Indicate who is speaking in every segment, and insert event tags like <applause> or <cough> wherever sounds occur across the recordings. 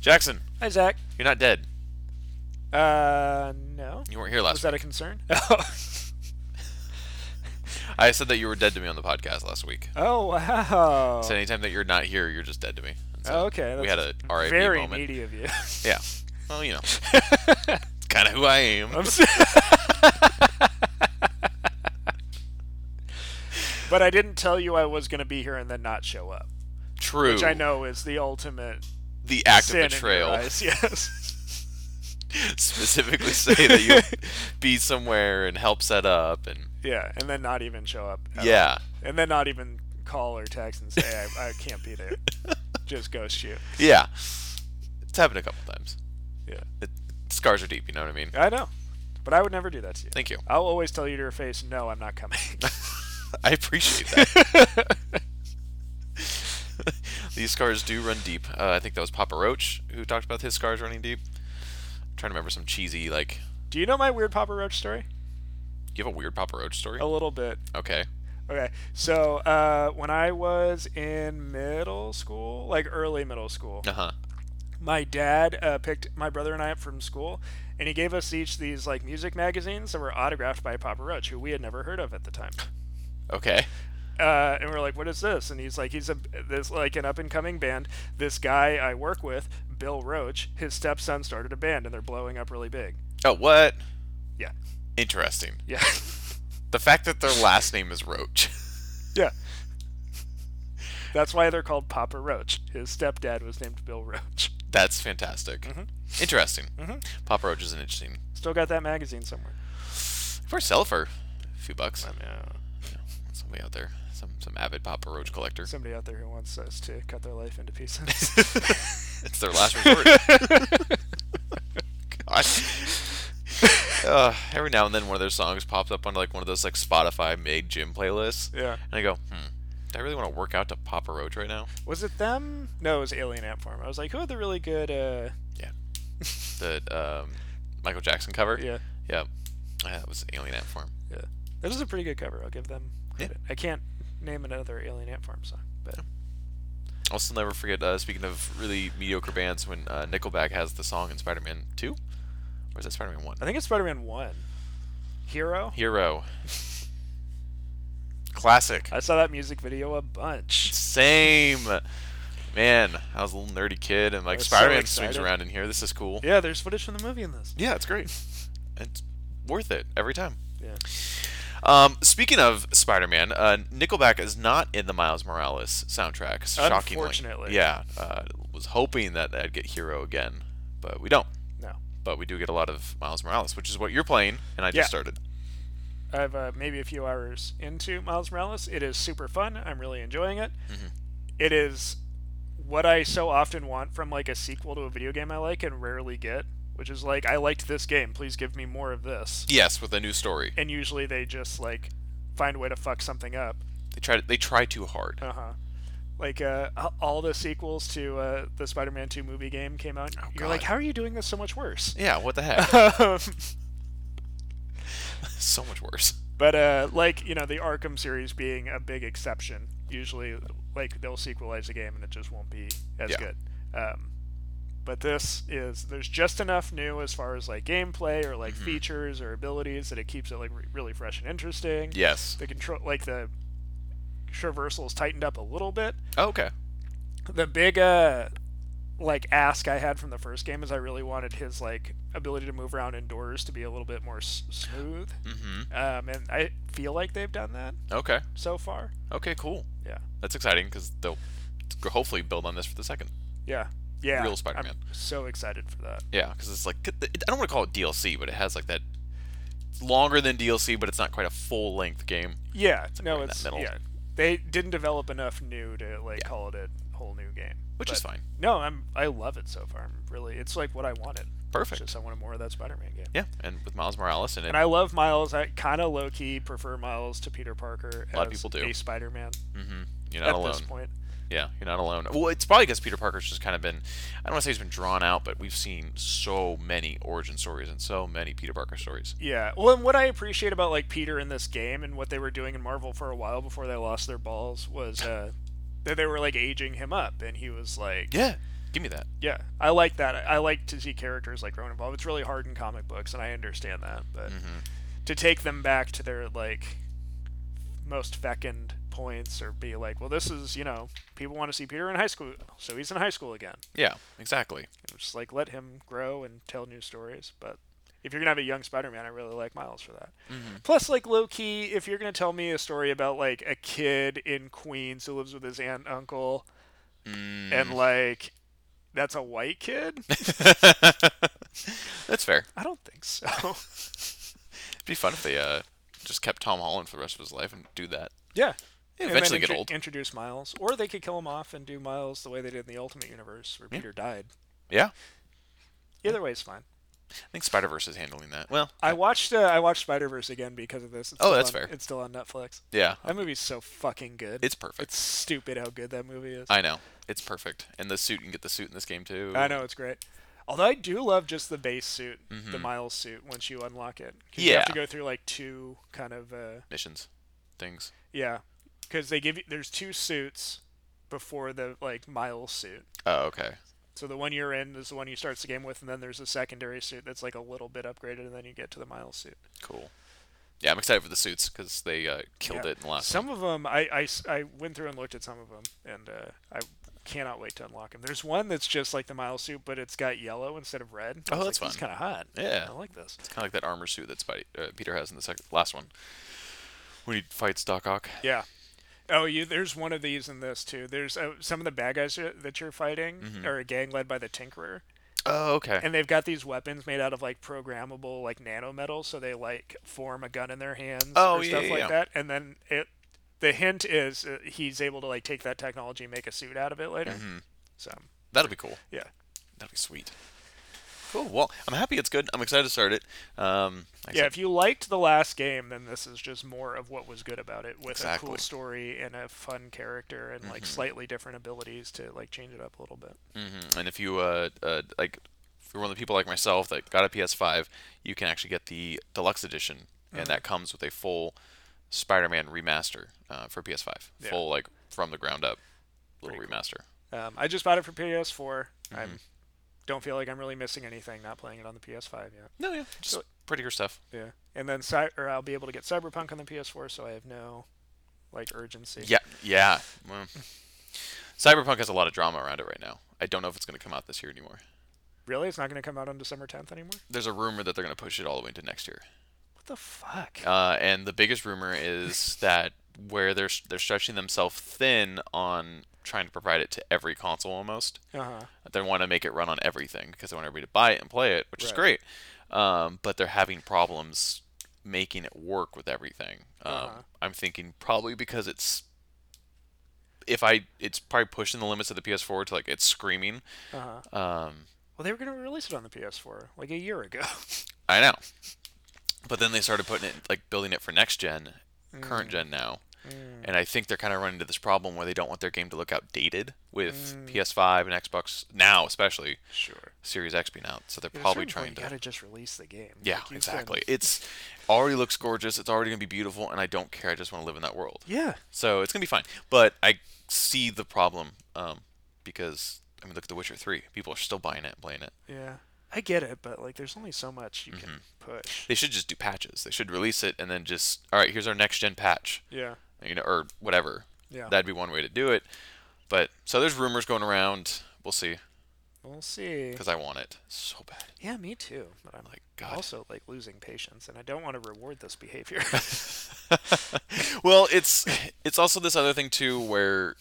Speaker 1: Jackson,
Speaker 2: Hi, Zach.
Speaker 1: you're not dead.
Speaker 2: Uh, no.
Speaker 1: You weren't here last
Speaker 2: Was that a
Speaker 1: week. <laughs> Oh.
Speaker 2: concern?
Speaker 1: I said that you were dead to me on the podcast last week.
Speaker 2: oh, wow.
Speaker 1: So anytime that you're not here, you're just dead to me. And so
Speaker 2: okay. Oh, That's
Speaker 1: we had a RIP
Speaker 2: very
Speaker 1: moment. <laughs>
Speaker 2: needy of you.
Speaker 1: Yeah. Well, you know, kind of who I am.
Speaker 2: I'm so- <laughs> but I didn't tell you I was going to be here and then not show up,
Speaker 1: True.
Speaker 2: which I know is the ultimate
Speaker 1: The act
Speaker 2: sin
Speaker 1: of betrayal.
Speaker 2: In your eyes. <laughs> Yes.
Speaker 1: <laughs> Specifically say that you be somewhere and help set up and
Speaker 2: yeah, and then not even show up. at all.
Speaker 1: yeah.
Speaker 2: And then not even call or text and say I, I can't
Speaker 1: <laughs>
Speaker 2: be there. Just ghost you.
Speaker 1: Yeah. It's happened a couple times.
Speaker 2: Yeah.
Speaker 1: It, scars are deep, you know what I mean?
Speaker 2: I know, but I would never do that to you.
Speaker 1: Thank you.
Speaker 2: I'll always tell you to your face, no, I'm not coming. <laughs>
Speaker 1: <laughs> I appreciate that. These scars do run deep. Uh, I think that was Papa Roach who talked about his scars running deep. I'm trying to remember some cheesy, like,
Speaker 2: do you know my weird Papa Roach story?
Speaker 1: you have a weird Papa Roach story?
Speaker 2: A little bit.
Speaker 1: Okay.
Speaker 2: Okay, so uh, when I was in middle school, like early middle school,
Speaker 1: Uh huh.
Speaker 2: my dad uh, picked my brother and I up from school, and he gave us each these like music magazines that were autographed by Papa Roach, who we had never heard of at the time.
Speaker 1: Okay.
Speaker 2: uh, and we're like, "What is this?" And he's like, "He's a this like an up and coming band. This guy I work with, Bill Roach, his stepson started a band, and they're blowing up really big."
Speaker 1: Oh, what?
Speaker 2: Yeah,
Speaker 1: Interesting.
Speaker 2: yeah, <laughs>
Speaker 1: The fact that their last name is Roach. <laughs>
Speaker 2: yeah. <laughs> That's why they're called Papa Roach. His stepdad was named Bill Roach.
Speaker 1: That's fantastic.
Speaker 2: Mm-hmm.
Speaker 1: Interesting. Papa Roach is an interesting.
Speaker 2: Still got that magazine somewhere.
Speaker 1: For sell for a few bucks.
Speaker 2: I know.
Speaker 1: Somebody out there, some some avid Papa Roach collector.
Speaker 2: Somebody out there who wants us to cut their life into pieces.
Speaker 1: <laughs> it's their last resort. Gosh. <laughs> Uh, every now and then, one of their songs pops up on like one of those like Spotify made gym playlists,
Speaker 2: <laughs> yeah.
Speaker 1: and I go, "Hmm, do I really want to work out to Papa Roach right now?"
Speaker 2: Was it them? No, it was Alien Ant Farm. I was like, who are the really good? Uh,
Speaker 1: Yeah. The um, Michael Jackson cover.
Speaker 2: <laughs> yeah.
Speaker 1: Yep. Uh, That was Alien Ant Farm.
Speaker 2: Yeah. That is a pretty good cover. I'll give them
Speaker 1: Yeah.
Speaker 2: credit. I can't name another Alien Ant Farm song, but
Speaker 1: I'll still never forget. Uh, speaking of really mediocre bands, when uh, Nickelback has the song in Spider-Man Two, or is that Spider-Man One?
Speaker 2: I think it's Spider-Man One. Hero.
Speaker 1: Hero. Classic.
Speaker 2: I saw that music video a bunch.
Speaker 1: Same. Man, I was a little nerdy kid, and like
Speaker 2: was so
Speaker 1: Spider-Man swings
Speaker 2: excited.
Speaker 1: around in here. This is cool.
Speaker 2: Yeah, there's footage from the movie in this.
Speaker 1: Yeah, it's great. It's worth it every time.
Speaker 2: Yeah.
Speaker 1: Um, speaking of Spider-Man, uh, Nickelback is not in the Miles Morales soundtrack. Shockingly,
Speaker 2: Unfortunately.
Speaker 1: yeah, uh, was hoping that I'd get Hero again, but we don't.
Speaker 2: No.
Speaker 1: But we do get a lot of Miles Morales, which is what you're playing, and I
Speaker 2: Yeah.
Speaker 1: just started.
Speaker 2: I've uh, maybe a few hours into Miles Morales. It is super fun. I'm really enjoying it. It is what I so often want from like a sequel to a video game I like and rarely get, which is like I liked this game. Please give me more of this.
Speaker 1: Yes, with a new story.
Speaker 2: And usually they just like find a way to fuck something up.
Speaker 1: They try. They try too hard.
Speaker 2: Uh huh. Like uh, a- all the sequels to uh, the Spider-Man 2 movie game came out. You're like,
Speaker 1: God.
Speaker 2: how are you doing this so much
Speaker 1: <laughs>
Speaker 2: worse? <laughs>
Speaker 1: Yeah, what the heck?
Speaker 2: Um,
Speaker 1: so much worse.
Speaker 2: but uh, like you know, the Arkham series being a big exception. Usually, like they'll sequelize the game and it just won't be as
Speaker 1: Yeah.
Speaker 2: good. Um, but this is there's just enough new as far as like gameplay or like features or abilities that it keeps it like re- really fresh and interesting.
Speaker 1: Yes.
Speaker 2: The control like the traversals tightened up a little bit.
Speaker 1: Oh, okay.
Speaker 2: the big uh like ask I had from the first game is I really wanted his like ability to move around indoors to be a little bit more s- smooth.
Speaker 1: Mm-hmm.
Speaker 2: Um, and I feel like they've done that
Speaker 1: Okay.
Speaker 2: so far.
Speaker 1: Okay. Cool.
Speaker 2: Yeah.
Speaker 1: That's exciting because they'll hopefully build on this for the second.
Speaker 2: Yeah. Yeah.
Speaker 1: Real Spider-Man.
Speaker 2: I'm so excited for that.
Speaker 1: Yeah, because it's like I don't want to call it DLC, but it has like that. It's longer than DLC, but it's not quite a full length game.
Speaker 2: Yeah.
Speaker 1: right
Speaker 2: no,
Speaker 1: in that
Speaker 2: it's
Speaker 1: middle.
Speaker 2: yeah. They didn't develop enough new to like
Speaker 1: Yeah.
Speaker 2: call it a whole new game.
Speaker 1: Which is
Speaker 2: But-
Speaker 1: fine.
Speaker 2: No, I'm I love it so far. I'm really it's like what I wanted.
Speaker 1: Perfect.
Speaker 2: It's just I wanted more of that Spider-Man game.
Speaker 1: Yeah, and with Miles Morales in it,
Speaker 2: And I love Miles. I kind of low key prefer Miles to Peter Parker.
Speaker 1: A lot of
Speaker 2: as
Speaker 1: people do.
Speaker 2: A Spider-Man.
Speaker 1: hmm you're
Speaker 2: at
Speaker 1: not alone.
Speaker 2: this point.
Speaker 1: Yeah, you're not alone. Well, it's probably because Peter Parker's just kind of been. I don't want to say he's been drawn out, but we've seen so many origin stories and so many Peter Parker stories.
Speaker 2: Yeah. Well, and what I appreciate about like Peter in this game and what they were doing in Marvel for a while before they lost their balls was uh, that they were like aging him up, and he was like
Speaker 1: Yeah, Give me that.
Speaker 2: Yeah, I like that. I I like to see characters like grown involved. It's really hard in comic books, and I understand that, but to take them back to their like most fecund points, or be like, well, this is you know, people want to see Peter in high school, so he's in high school again.
Speaker 1: Yeah, exactly.
Speaker 2: <laughs> Just like let him grow and tell new stories, but. If you're gonna have a young Spider-Man, I really like Miles for that.
Speaker 1: Mm-hmm.
Speaker 2: Plus, like low key, if you're gonna tell me a story about like a kid in Queens who lives with his aunt and uncle,
Speaker 1: Mm.
Speaker 2: and like that's a white
Speaker 1: <laughs>
Speaker 2: kid,
Speaker 1: That's fair.
Speaker 2: I don't
Speaker 1: <laughs>
Speaker 2: think so.
Speaker 1: It'd be fun if they uh, just kept Tom Holland for the rest of his life and do that.
Speaker 2: yeah.
Speaker 1: He'll
Speaker 2: And then
Speaker 1: eventually get
Speaker 2: intro-
Speaker 1: old.
Speaker 2: Introduce Miles, or they could kill him off and do Miles the way they did in the Ultimate Universe, where Peter died.
Speaker 1: Yeah,
Speaker 2: Either way is fine.
Speaker 1: I think Spider Verse is handling that. Well,
Speaker 2: I watched uh, I watched Spider Verse again because of this. It's
Speaker 1: Oh,
Speaker 2: still
Speaker 1: that's
Speaker 2: on-
Speaker 1: fair.
Speaker 2: It's still on Netflix.
Speaker 1: yeah,
Speaker 2: That movie's so fucking good.
Speaker 1: it's perfect.
Speaker 2: It's stupid how good that movie is.
Speaker 1: I know it's perfect, and the suit you can get the suit in this game too.
Speaker 2: I know it's great. Although I do love just the base suit, the Miles suit. Once you unlock it, 'Cause you
Speaker 1: Yeah.
Speaker 2: have to go through like two kind of uh,
Speaker 1: missions, things.
Speaker 2: yeah, because they give you there's two suits before the like Miles suit.
Speaker 1: Oh, okay.
Speaker 2: So the one you're in is the one you starts the game with, and then there's a secondary suit that's like a little bit upgraded, and then you get to the Miles suit.
Speaker 1: Cool. Yeah, I'm excited for the suits because they uh, killed
Speaker 2: Yeah.
Speaker 1: it in the last.
Speaker 2: Some of them, I, I s- I went through and looked at some of them, and uh, I cannot wait to unlock them. There's one that's just like the Miles suit, but it's got yellow instead of red.
Speaker 1: Oh, that's
Speaker 2: It's kind of hot.
Speaker 1: Yeah.
Speaker 2: I like this.
Speaker 1: Kind of like that armor suit that Spidey, uh, Peter has in the second last one when he fights Doc Ock.
Speaker 2: Yeah. Oh, you. There's one of these in this too. There's uh, some of the bad guys that that you're fighting
Speaker 1: Mm-hmm.
Speaker 2: are a gang led by the Tinkerer,
Speaker 1: Oh, okay.
Speaker 2: and they've got these weapons made out of like programmable like nanometals so they like form a gun in their hands
Speaker 1: Oh,
Speaker 2: or
Speaker 1: yeah,
Speaker 2: stuff
Speaker 1: yeah,
Speaker 2: like
Speaker 1: yeah.
Speaker 2: that and then it the hint is uh, he's able to like take that technology and make a suit out of it later
Speaker 1: Mm-hmm.
Speaker 2: so
Speaker 1: That'll be cool.
Speaker 2: yeah
Speaker 1: That'll be sweet. Cool. Well, I'm happy it's good. I'm excited to start it. Um, like I
Speaker 2: yeah
Speaker 1: said,
Speaker 2: if you liked the last game then this is just more of what was good about it with a
Speaker 1: Exactly.
Speaker 2: cool story and a fun character and like slightly different abilities to like change it up a little bit
Speaker 1: Mhm. And if you uh, uh, like, if you're one of the people like myself that got a PS5, you can actually get the deluxe edition, and that comes with a full Spider-Man remaster uh, for PS5,
Speaker 2: Yeah.
Speaker 1: full like from the ground up little remaster.
Speaker 2: um, i just bought it for ps4 i am don't feel like i'm really missing anything not playing it on the ps5 yet
Speaker 1: No, yeah, just
Speaker 2: So-
Speaker 1: prettier stuff.
Speaker 2: Yeah, and then Cy- or I'll be able to get Cyberpunk on the PS4, so I have no like urgency.
Speaker 1: Yeah, yeah. Well, Cyberpunk has a lot of drama around it right now. I don't know if it's going to come out this year anymore.
Speaker 2: really, it's not going to come out on December 10th anymore.
Speaker 1: There's a rumor that they're going to push it all the way into next year.
Speaker 2: What the fuck?
Speaker 1: Uh, and the biggest rumor is that where they're they're stretching themselves thin on trying to provide it to every console almost.
Speaker 2: Uh huh.
Speaker 1: They want to make it run on everything because they want everybody to buy it and play it, which is
Speaker 2: Right.
Speaker 1: great. Um, but they're having problems making it work with everything. Um,
Speaker 2: Uh-huh.
Speaker 1: I'm thinking probably because it's if I it's probably pushing the limits of the PS4 to like it's screaming.
Speaker 2: Uh huh.
Speaker 1: Um,
Speaker 2: Well, they were going to release it on the PS4 like a year ago.
Speaker 1: I know. But then they started putting it, like building it for next gen,
Speaker 2: Mm.
Speaker 1: current gen now. And I think they're kind of running into this problem where they don't want their game to look outdated with
Speaker 2: Mm.
Speaker 1: PS5 and Xbox now, especially
Speaker 2: sure.
Speaker 1: Series X being out. So they're probably trying to.
Speaker 2: You gotta just release the game.
Speaker 1: yeah,
Speaker 2: Like, you
Speaker 1: exactly.
Speaker 2: can-
Speaker 1: It's already looks gorgeous. It's already gonna be beautiful, and I don't care. I just want to live in that world.
Speaker 2: Yeah.
Speaker 1: So it's gonna be fine. But I see the problem um, because I mean, look at The Witcher Three. People are still buying it and playing it.
Speaker 2: Yeah. I get it, but like, there's only so much you can push.
Speaker 1: They should just do patches. They should release it and then just all right. Here's our next gen patch.
Speaker 2: Yeah.
Speaker 1: you know, or whatever.
Speaker 2: Yeah.
Speaker 1: That'd be one way to do it. But so there's rumors going around. We'll see,
Speaker 2: We'll see.
Speaker 1: because I want it so bad.
Speaker 2: Yeah, me too. But I'm like,
Speaker 1: God.
Speaker 2: also like losing patience, and I don't want to reward
Speaker 1: <laughs>
Speaker 2: this behavior. <laughs>
Speaker 1: Well, it's <laughs> it's also this other thing too, where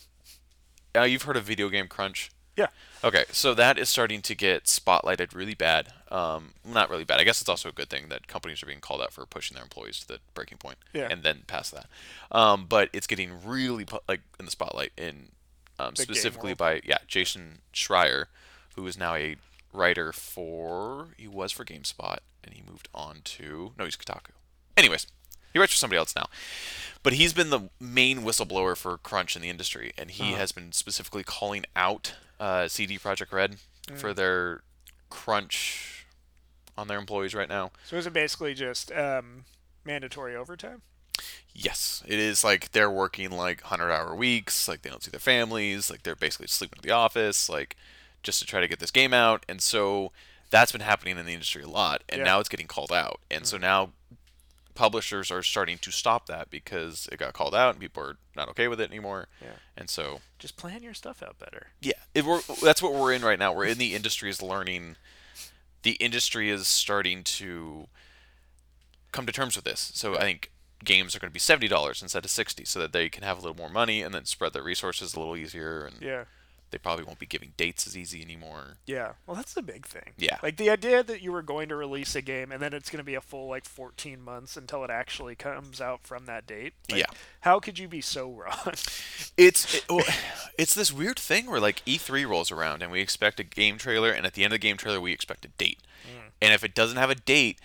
Speaker 1: uh, you've heard of video game crunch.
Speaker 2: yeah.
Speaker 1: Okay, so that is starting to get spotlighted really bad. Um, not really bad. I guess it's also a good thing that companies are being called out for pushing their employees to the breaking point,
Speaker 2: Yeah.
Speaker 1: and then past that. Um, but it's getting really pu- like in the spotlight in um,
Speaker 2: game
Speaker 1: specifically
Speaker 2: world.
Speaker 1: by yeah Jason Schreier, who is now a writer for he was for GameSpot and he moved on to no he's Kotaku. Anyways, he writes for somebody else now. But he's been the main whistleblower for crunch in the industry, and he
Speaker 2: Uh-huh.
Speaker 1: has been specifically calling out uh, CD Project Red
Speaker 2: Mm.
Speaker 1: for their crunch on their employees right now.
Speaker 2: So is it basically just um, mandatory overtime?
Speaker 1: Yes, it is like they're working like hundred hour weeks, like they don't see their families, like they're basically sleeping at the office, like just to try to get this game out. And so that's been happening in the industry a lot, and
Speaker 2: Yeah. Mm.
Speaker 1: now it's getting called out. And so now publishers are starting to stop that because it got called out and people are not okay with it anymore.
Speaker 2: Yeah.
Speaker 1: And so
Speaker 2: Just plan your stuff out better.
Speaker 1: yeah, it, we're, that's what we're in right now. We're in the industry is learning. The industry is starting to come to terms with this. So I think games are going to be seventy dollars instead of sixty, so that they can have a little more money and then spread their resources a little easier. And
Speaker 2: Yeah.
Speaker 1: they probably won't be giving dates as easy anymore.
Speaker 2: Yeah. Well, that's the big thing.
Speaker 1: Yeah.
Speaker 2: Like the idea that you were going to release a game and then it's going to be a full like 14 months until it actually comes out from that date. Like,
Speaker 1: Yeah.
Speaker 2: How could you be so <laughs> wrong?
Speaker 1: It's it, well, <sighs> it's this weird thing where like E3 rolls around and we expect a game trailer, and at the end of the game trailer we expect a date,
Speaker 2: Hmm.
Speaker 1: and if it doesn't have a date,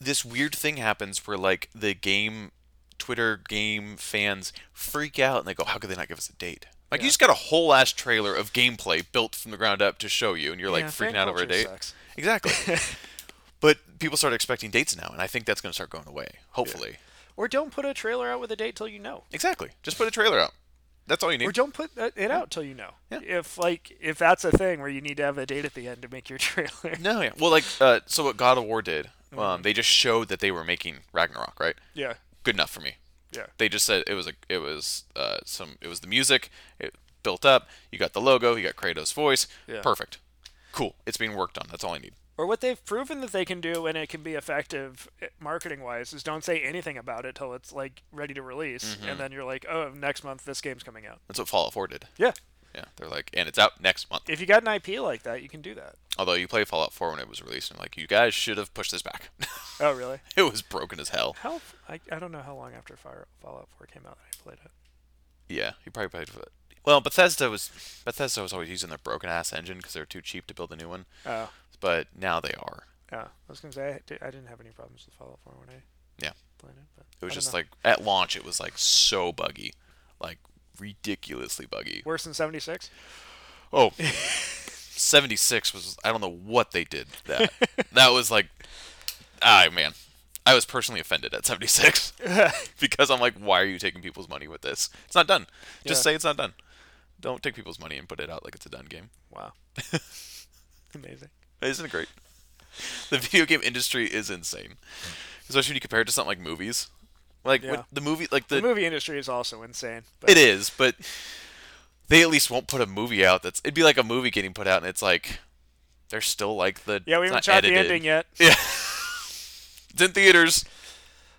Speaker 1: this weird thing happens where like the game Twitter game fans freak out and they go, "How could they not give us a date?" Like you just got a whole ass trailer of gameplay built from the ground up to show you, and you're like
Speaker 2: Yeah, fan
Speaker 1: freaking out over a
Speaker 2: culture
Speaker 1: date.
Speaker 2: sucks.
Speaker 1: Exactly.
Speaker 2: <laughs>
Speaker 1: but people start expecting dates now, and I think that's going to start going away. Hopefully.
Speaker 2: Or don't put a trailer out with a date till you know.
Speaker 1: Exactly. Just put a trailer out. That's all you need.
Speaker 2: Or don't put that- it out till you know.
Speaker 1: Yeah.
Speaker 2: If like if that's a thing where you need to have a date at the end to make your <laughs> trailer.
Speaker 1: No, yeah. Well, like, uh, so what God of War did, um, they just showed that they were making Ragnarok, right?
Speaker 2: Yeah.
Speaker 1: Good enough for me.
Speaker 2: Yeah.
Speaker 1: They just said it was a, it was uh, some, it was the music, it built up. You got the logo, you got Kratos' voice.
Speaker 2: Yeah.
Speaker 1: Perfect. Cool. It's being worked on. That's all I need.
Speaker 2: Or what they've proven that they can do and it can be effective marketing wise is don't say anything about it till it's like ready to release
Speaker 1: Mm-hmm.
Speaker 2: and then you're like, "Oh, next month this game's coming out."
Speaker 1: That's what Fallout 4 did.
Speaker 2: Yeah.
Speaker 1: Yeah, they're like, and it's out next month.
Speaker 2: If you got an IP like that, you can do that.
Speaker 1: Although you play Fallout 4 when it was released, and like, you guys should have pushed this back. <laughs>
Speaker 2: Oh, really?
Speaker 1: it was broken as hell.
Speaker 2: How f- I, I don't know how long after Fire, Fallout 4 came out that I played it.
Speaker 1: Yeah, you probably played. For, well, Bethesda was Bethesda was always using their broken ass engine because they're too cheap to build a new one.
Speaker 2: Oh,
Speaker 1: But now they are.
Speaker 2: oh. I was gonna say I, di- I didn't have any problems with Fallout 4 when I
Speaker 1: Yeah.
Speaker 2: played it, but
Speaker 1: It was
Speaker 2: I don't
Speaker 1: just
Speaker 2: know.
Speaker 1: like at launch, it was like so buggy, like ridiculously buggy.
Speaker 2: worse than 76. <laughs>
Speaker 1: Oh, 76 was I don't know what they did that. that was like, ah man, I was personally offended at
Speaker 2: <laughs>
Speaker 1: 76 because I'm like, why are you taking people's money with this? It's not done. Just
Speaker 2: Yeah.
Speaker 1: say it's not done. Don't take people's money and put it out like it's a done game. <laughs>
Speaker 2: Wow. Amazing.
Speaker 1: Isn't it great? The video game industry is insane, especially when you compare it to something like movies. Like
Speaker 2: Yeah.
Speaker 1: when the movie, like
Speaker 2: The movie industry is also insane. But
Speaker 1: It is, but they at least won't put a movie out that's it'd be like a movie getting put out and it's like they're still like the
Speaker 2: yeah, we
Speaker 1: it's
Speaker 2: haven't
Speaker 1: not
Speaker 2: shot
Speaker 1: edited.
Speaker 2: the ending yet.
Speaker 1: Yeah. it's in theaters.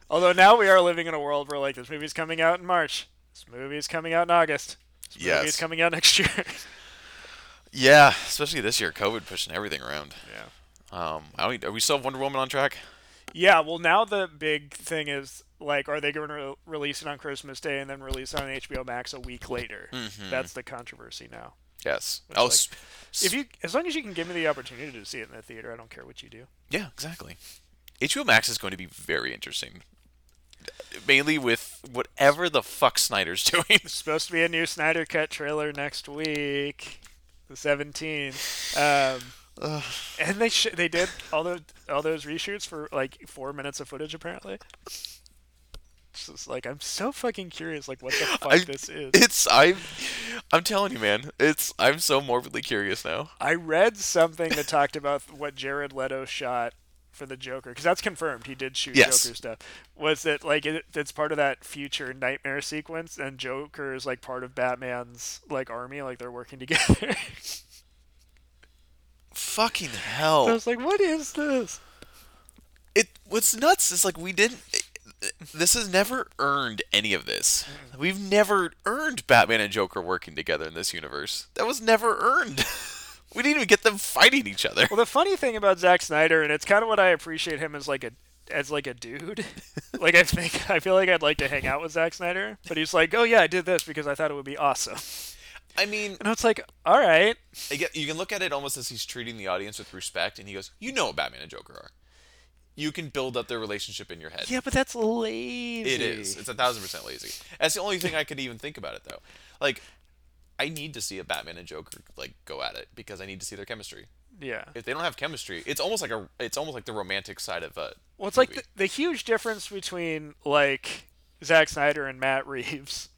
Speaker 2: Although now we are living in a world where like this movie's coming out in March. This movie's coming out in August. This movie's
Speaker 1: Yes.
Speaker 2: coming out next year. <laughs>
Speaker 1: Yeah, especially this year, COVID pushing everything around.
Speaker 2: yeah.
Speaker 1: Um, I don't, are we still Wonder Woman on track?
Speaker 2: Yeah, well, now the big thing is like, are they going to re- release it on Christmas Day and then release it on HBO Max a week later? That's the controversy now.
Speaker 1: Yes. Oh,
Speaker 2: like-
Speaker 1: s
Speaker 2: If you, as long as you can give me the opportunity to see it in the theater, I don't care what you do.
Speaker 1: yeah, exactly. HBO Max is going to be very interesting, mainly with whatever the fuck Snyder's <laughs> doing.
Speaker 2: There's supposed to be a new Snyder Cut trailer next week, the 17th. Um, and they sh- they did all those all those reshoots for like four minutes of footage apparently. It's just like I'm so fucking curious, like what the fuck
Speaker 1: I-
Speaker 2: this is.
Speaker 1: It's I'm, I'm telling you, man. It's I'm so morbidly curious now.
Speaker 2: I read something that talked about what Jared Leto shot for the Joker because that's confirmed. He did shoot
Speaker 1: Yes.
Speaker 2: Joker stuff. Was that like it, it's part of that future nightmare sequence, and Joker is like part of Batman's like army, like they're working <laughs> together.
Speaker 1: Fucking hell!
Speaker 2: I was like, what is this?
Speaker 1: it what's nuts is like we didn't this has never earned any of this we've never earned batman and joker working together in this universe that was never earned <laughs> we didn't even get them fighting each other
Speaker 2: Well, the funny thing about Zack Snyder, and it's kind of what I appreciate him as like a as like a dude. <laughs> like I think I feel like I'd like to hang out with Zack Snyder, but he's like, oh yeah, I did this because I thought it would be awesome,
Speaker 1: i mean
Speaker 2: and it's like, all right,
Speaker 1: I get- you can look at it almost as he's treating the audience with respect and he goes you know what batman and joker are you can build up their relationship in your head
Speaker 2: yeah, but that's lazy.
Speaker 1: It is. It's a thousand percent lazy. That's the only thing I could even think about it though. Like, I need to see a Batman and Joker like go at it because I need to see their chemistry.
Speaker 2: Yeah.
Speaker 1: If they don't have chemistry, it's almost like a it's almost like the romantic side of uh, a.
Speaker 2: Well, it's like the,
Speaker 1: movie.
Speaker 2: the huge difference between like Zack Snyder and Matt <laughs> Reeves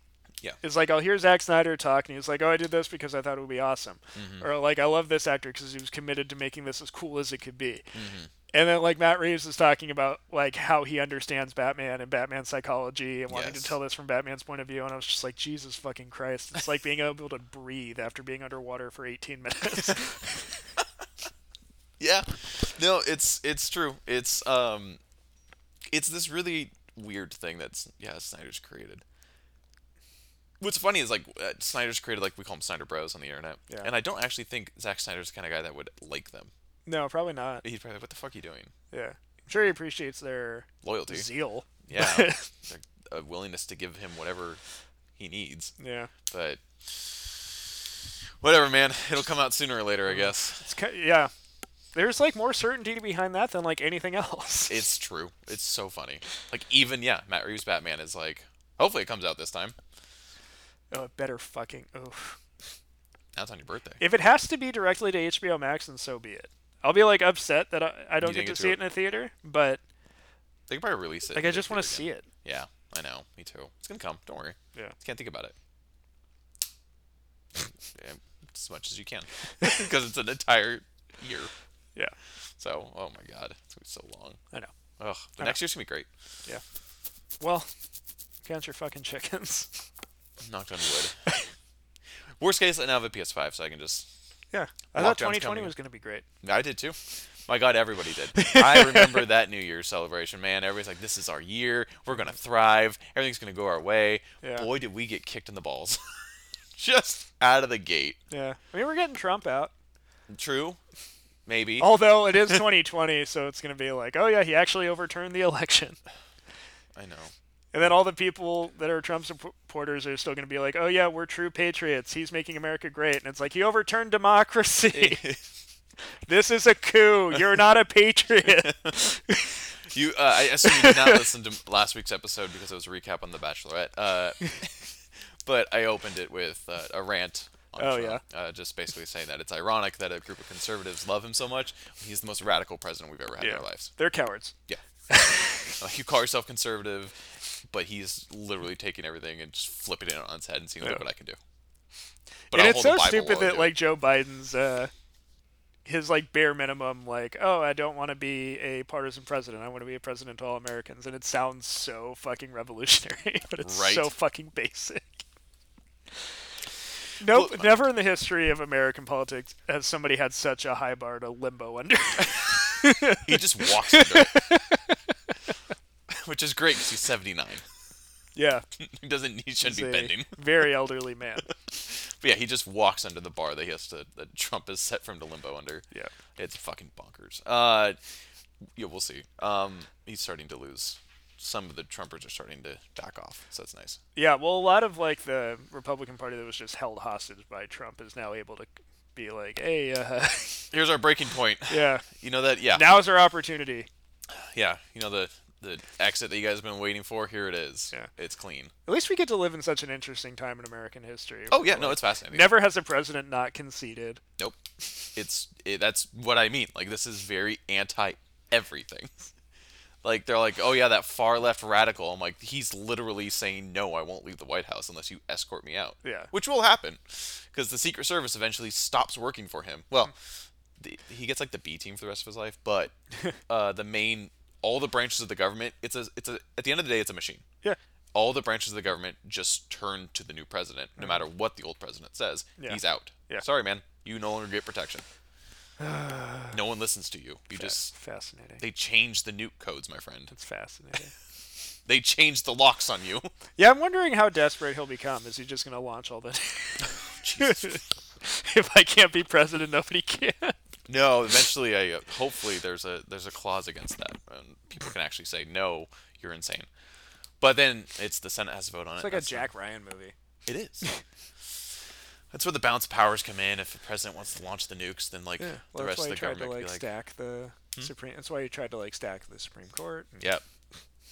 Speaker 1: Yeah.
Speaker 2: It's like I'll hear Zack Snyder talk, and he's like, "Oh, I did this because I thought it would be awesome,"
Speaker 1: Mm-hmm.
Speaker 2: or like, "I love this actor because he was committed to making this as cool as it could be."
Speaker 1: Mm-hmm.
Speaker 2: And then like Matt Reeves is talking about like how he understands Batman and Batman psychology and wanting
Speaker 1: Yes.
Speaker 2: to tell this from Batman's point of view, and I was just like, "Jesus fucking Christ!" It's like being able to breathe after being underwater for 18 <laughs> minutes.
Speaker 1: <laughs> Yeah. No, it's it's true. It's um it's this really weird thing that's yeah, Snyder's created. What's funny is like uh, Snyder's created like we call them Snyder Bros on the internet.
Speaker 2: Yeah.
Speaker 1: And I don't actually think Zack Snyder's the kind of guy that would like them.
Speaker 2: no, probably not.
Speaker 1: He'd probably like, what the fuck are you doing?
Speaker 2: Yeah, I'm sure he appreciates their
Speaker 1: Loyalty.
Speaker 2: zeal.
Speaker 1: <laughs> Yeah.
Speaker 2: <laughs>
Speaker 1: Like, a willingness to give him whatever he needs.
Speaker 2: yeah.
Speaker 1: But whatever, man. It'll come out sooner or later, I guess.
Speaker 2: It's ki yeah. There's like more certainty behind that than like anything <laughs> else.
Speaker 1: It's true. It's so funny. Like even yeah, Matt Reeves Batman is like hopefully it comes out this time.
Speaker 2: oh, it better fucking oof.
Speaker 1: That's on your birthday.
Speaker 2: If it has to be directly to HBO Max, then so be it. I'll be like upset that I, I don't
Speaker 1: You didn't
Speaker 2: get to
Speaker 1: get
Speaker 2: see
Speaker 1: to-
Speaker 2: it in a theater, but
Speaker 1: They can probably release it.
Speaker 2: like I just want to see it.
Speaker 1: Yeah, I know. Me too. It's gonna come. Don't worry.
Speaker 2: Yeah.
Speaker 1: Just can't think about
Speaker 2: <laughs>
Speaker 1: it. Yeah, as much as you can, <laughs> because it's an entire year.
Speaker 2: Yeah.
Speaker 1: So, oh my God, it's gonna be so long.
Speaker 2: I know.
Speaker 1: Ugh, but
Speaker 2: I know.
Speaker 1: next year's gonna be great.
Speaker 2: Yeah. Well, count your fucking chickens. <laughs>
Speaker 1: Knocked on wood. <laughs> Worst case, I now have a PS5, so I can just.
Speaker 2: yeah. I thought
Speaker 1: Lockdown's
Speaker 2: 2020
Speaker 1: coming.
Speaker 2: was going to be great.
Speaker 1: I did too. My God, everybody did. I remember that New Year's celebration, man. Everybody's like, "This is our year. We're gonna thrive. Everything's gonna go our way."
Speaker 2: Yeah.
Speaker 1: Boy, did we get kicked in the balls, <laughs> just out of the gate.
Speaker 2: Yeah. I mean, we're getting Trump out.
Speaker 1: True. Maybe.
Speaker 2: Although <laughs> it is 2020, so it's going to be like, oh yeah, he actually overturned the <laughs> election.
Speaker 1: I know.
Speaker 2: And then all the people that are Trump supporters are still going to be like, "Oh yeah, we're true patriots. He's making America great." And it's like he overturned democracy. this is a coup. You're not a patriot.
Speaker 1: You, uh, I assume you did not listen to last week's episode because it was a recap on The Bachelorette. Uh, <laughs> but I opened it with uh, a rant. On
Speaker 2: Oh,
Speaker 1: Trump, Uh, just basically saying that it's ironic that a group of conservatives love him so much. He's the most radical president we've ever had in our lives.
Speaker 2: They're cowards. <laughs>
Speaker 1: Yeah. like you call yourself conservative, but he's literally taking everything and just flipping it on its head and seeing look
Speaker 2: Yeah.
Speaker 1: what I can do. But
Speaker 2: and
Speaker 1: I'll
Speaker 2: it's
Speaker 1: hold
Speaker 2: so
Speaker 1: the Bible
Speaker 2: stupid
Speaker 1: while I
Speaker 2: that
Speaker 1: do it.
Speaker 2: like Joe Biden's uh, his like bare minimum like, "Oh, I don't want to be a partisan president. I want to be a president to all Americans." And it sounds so fucking revolutionary, <laughs> but it's
Speaker 1: Right.
Speaker 2: so fucking basic. Nope,
Speaker 1: Well- uh,
Speaker 2: never in the history of American politics has somebody had such a high bar to limbo under. <laughs>
Speaker 1: he just walks under it. <laughs> Which is great because he's 79.
Speaker 2: yeah,
Speaker 1: <laughs> He doesn't he shouldn't
Speaker 2: he's
Speaker 1: be
Speaker 2: a
Speaker 1: bending. <laughs>
Speaker 2: very elderly man.
Speaker 1: But yeah, he just walks under the bar that he has to that Trump has set for him to limbo under.
Speaker 2: Yeah.
Speaker 1: It's fucking bonkers. Uh yeah, we'll see. Um he's starting to lose. Some of the Trumpers are starting to back off, so that's nice.
Speaker 2: Yeah, well, a lot of like the Republican Party that was just held hostage by Trump is now able to be like, "Hey, uh, <laughs>
Speaker 1: Here's our breaking point.
Speaker 2: yeah,
Speaker 1: You know that yeah.
Speaker 2: now's our opportunity."
Speaker 1: Yeah. You know the the exit that you guys have been waiting for, here it is.
Speaker 2: Yeah.
Speaker 1: It's clean.
Speaker 2: At least we get to live in such an interesting time in American history.
Speaker 1: Oh yeah, no, it's fascinating.
Speaker 2: Never has a president not conceded.
Speaker 1: Nope. It's it, that's what I mean. Like this is very anti everything. <laughs> Like they're like, "Oh yeah, that far left radical." I'm like, "He's literally saying no, I won't leave the White House unless you escort me out."
Speaker 2: Yeah.
Speaker 1: Which will happen cuz the Secret Service eventually stops working for him. Well, the, he gets like the B team for the rest of his life, but <laughs> uh, the main all the branches of the government, it's a it's a at the end of the day it's a machine
Speaker 2: Yeah,
Speaker 1: all the branches of the government just turn to the new president, no matter what the old president says.
Speaker 2: Yeah.
Speaker 1: He's out.
Speaker 2: Yeah.
Speaker 1: Sorry, man. You no longer get <sighs> protection. no one listens to you. You just
Speaker 2: fascinating.
Speaker 1: they changed the nuke codes, my friend.
Speaker 2: It's fascinating.
Speaker 1: They changed the locks on you.
Speaker 2: yeah, I'm wondering how desperate he'll become. Is he just going to launch all the? <laughs> if I can't be president, nobody can.
Speaker 1: <laughs> no, eventually, I uh, hopefully there's a there's a clause against that, and people can actually say no, you're insane. But then it's the Senate has to vote on
Speaker 2: It's
Speaker 1: it.
Speaker 2: like a
Speaker 1: That's-
Speaker 2: Jack Ryan movie.
Speaker 1: It is.
Speaker 2: <laughs>
Speaker 1: That's where the balance of powers come in. If the president wants to launch the nukes, then like the
Speaker 2: Well,
Speaker 1: rest
Speaker 2: that's why
Speaker 1: of
Speaker 2: he
Speaker 1: the
Speaker 2: tried to
Speaker 1: government can
Speaker 2: like Hmm?
Speaker 1: be like,
Speaker 2: stack the Supreme. That's why he tried to like stack the Supreme Court.
Speaker 1: Yep.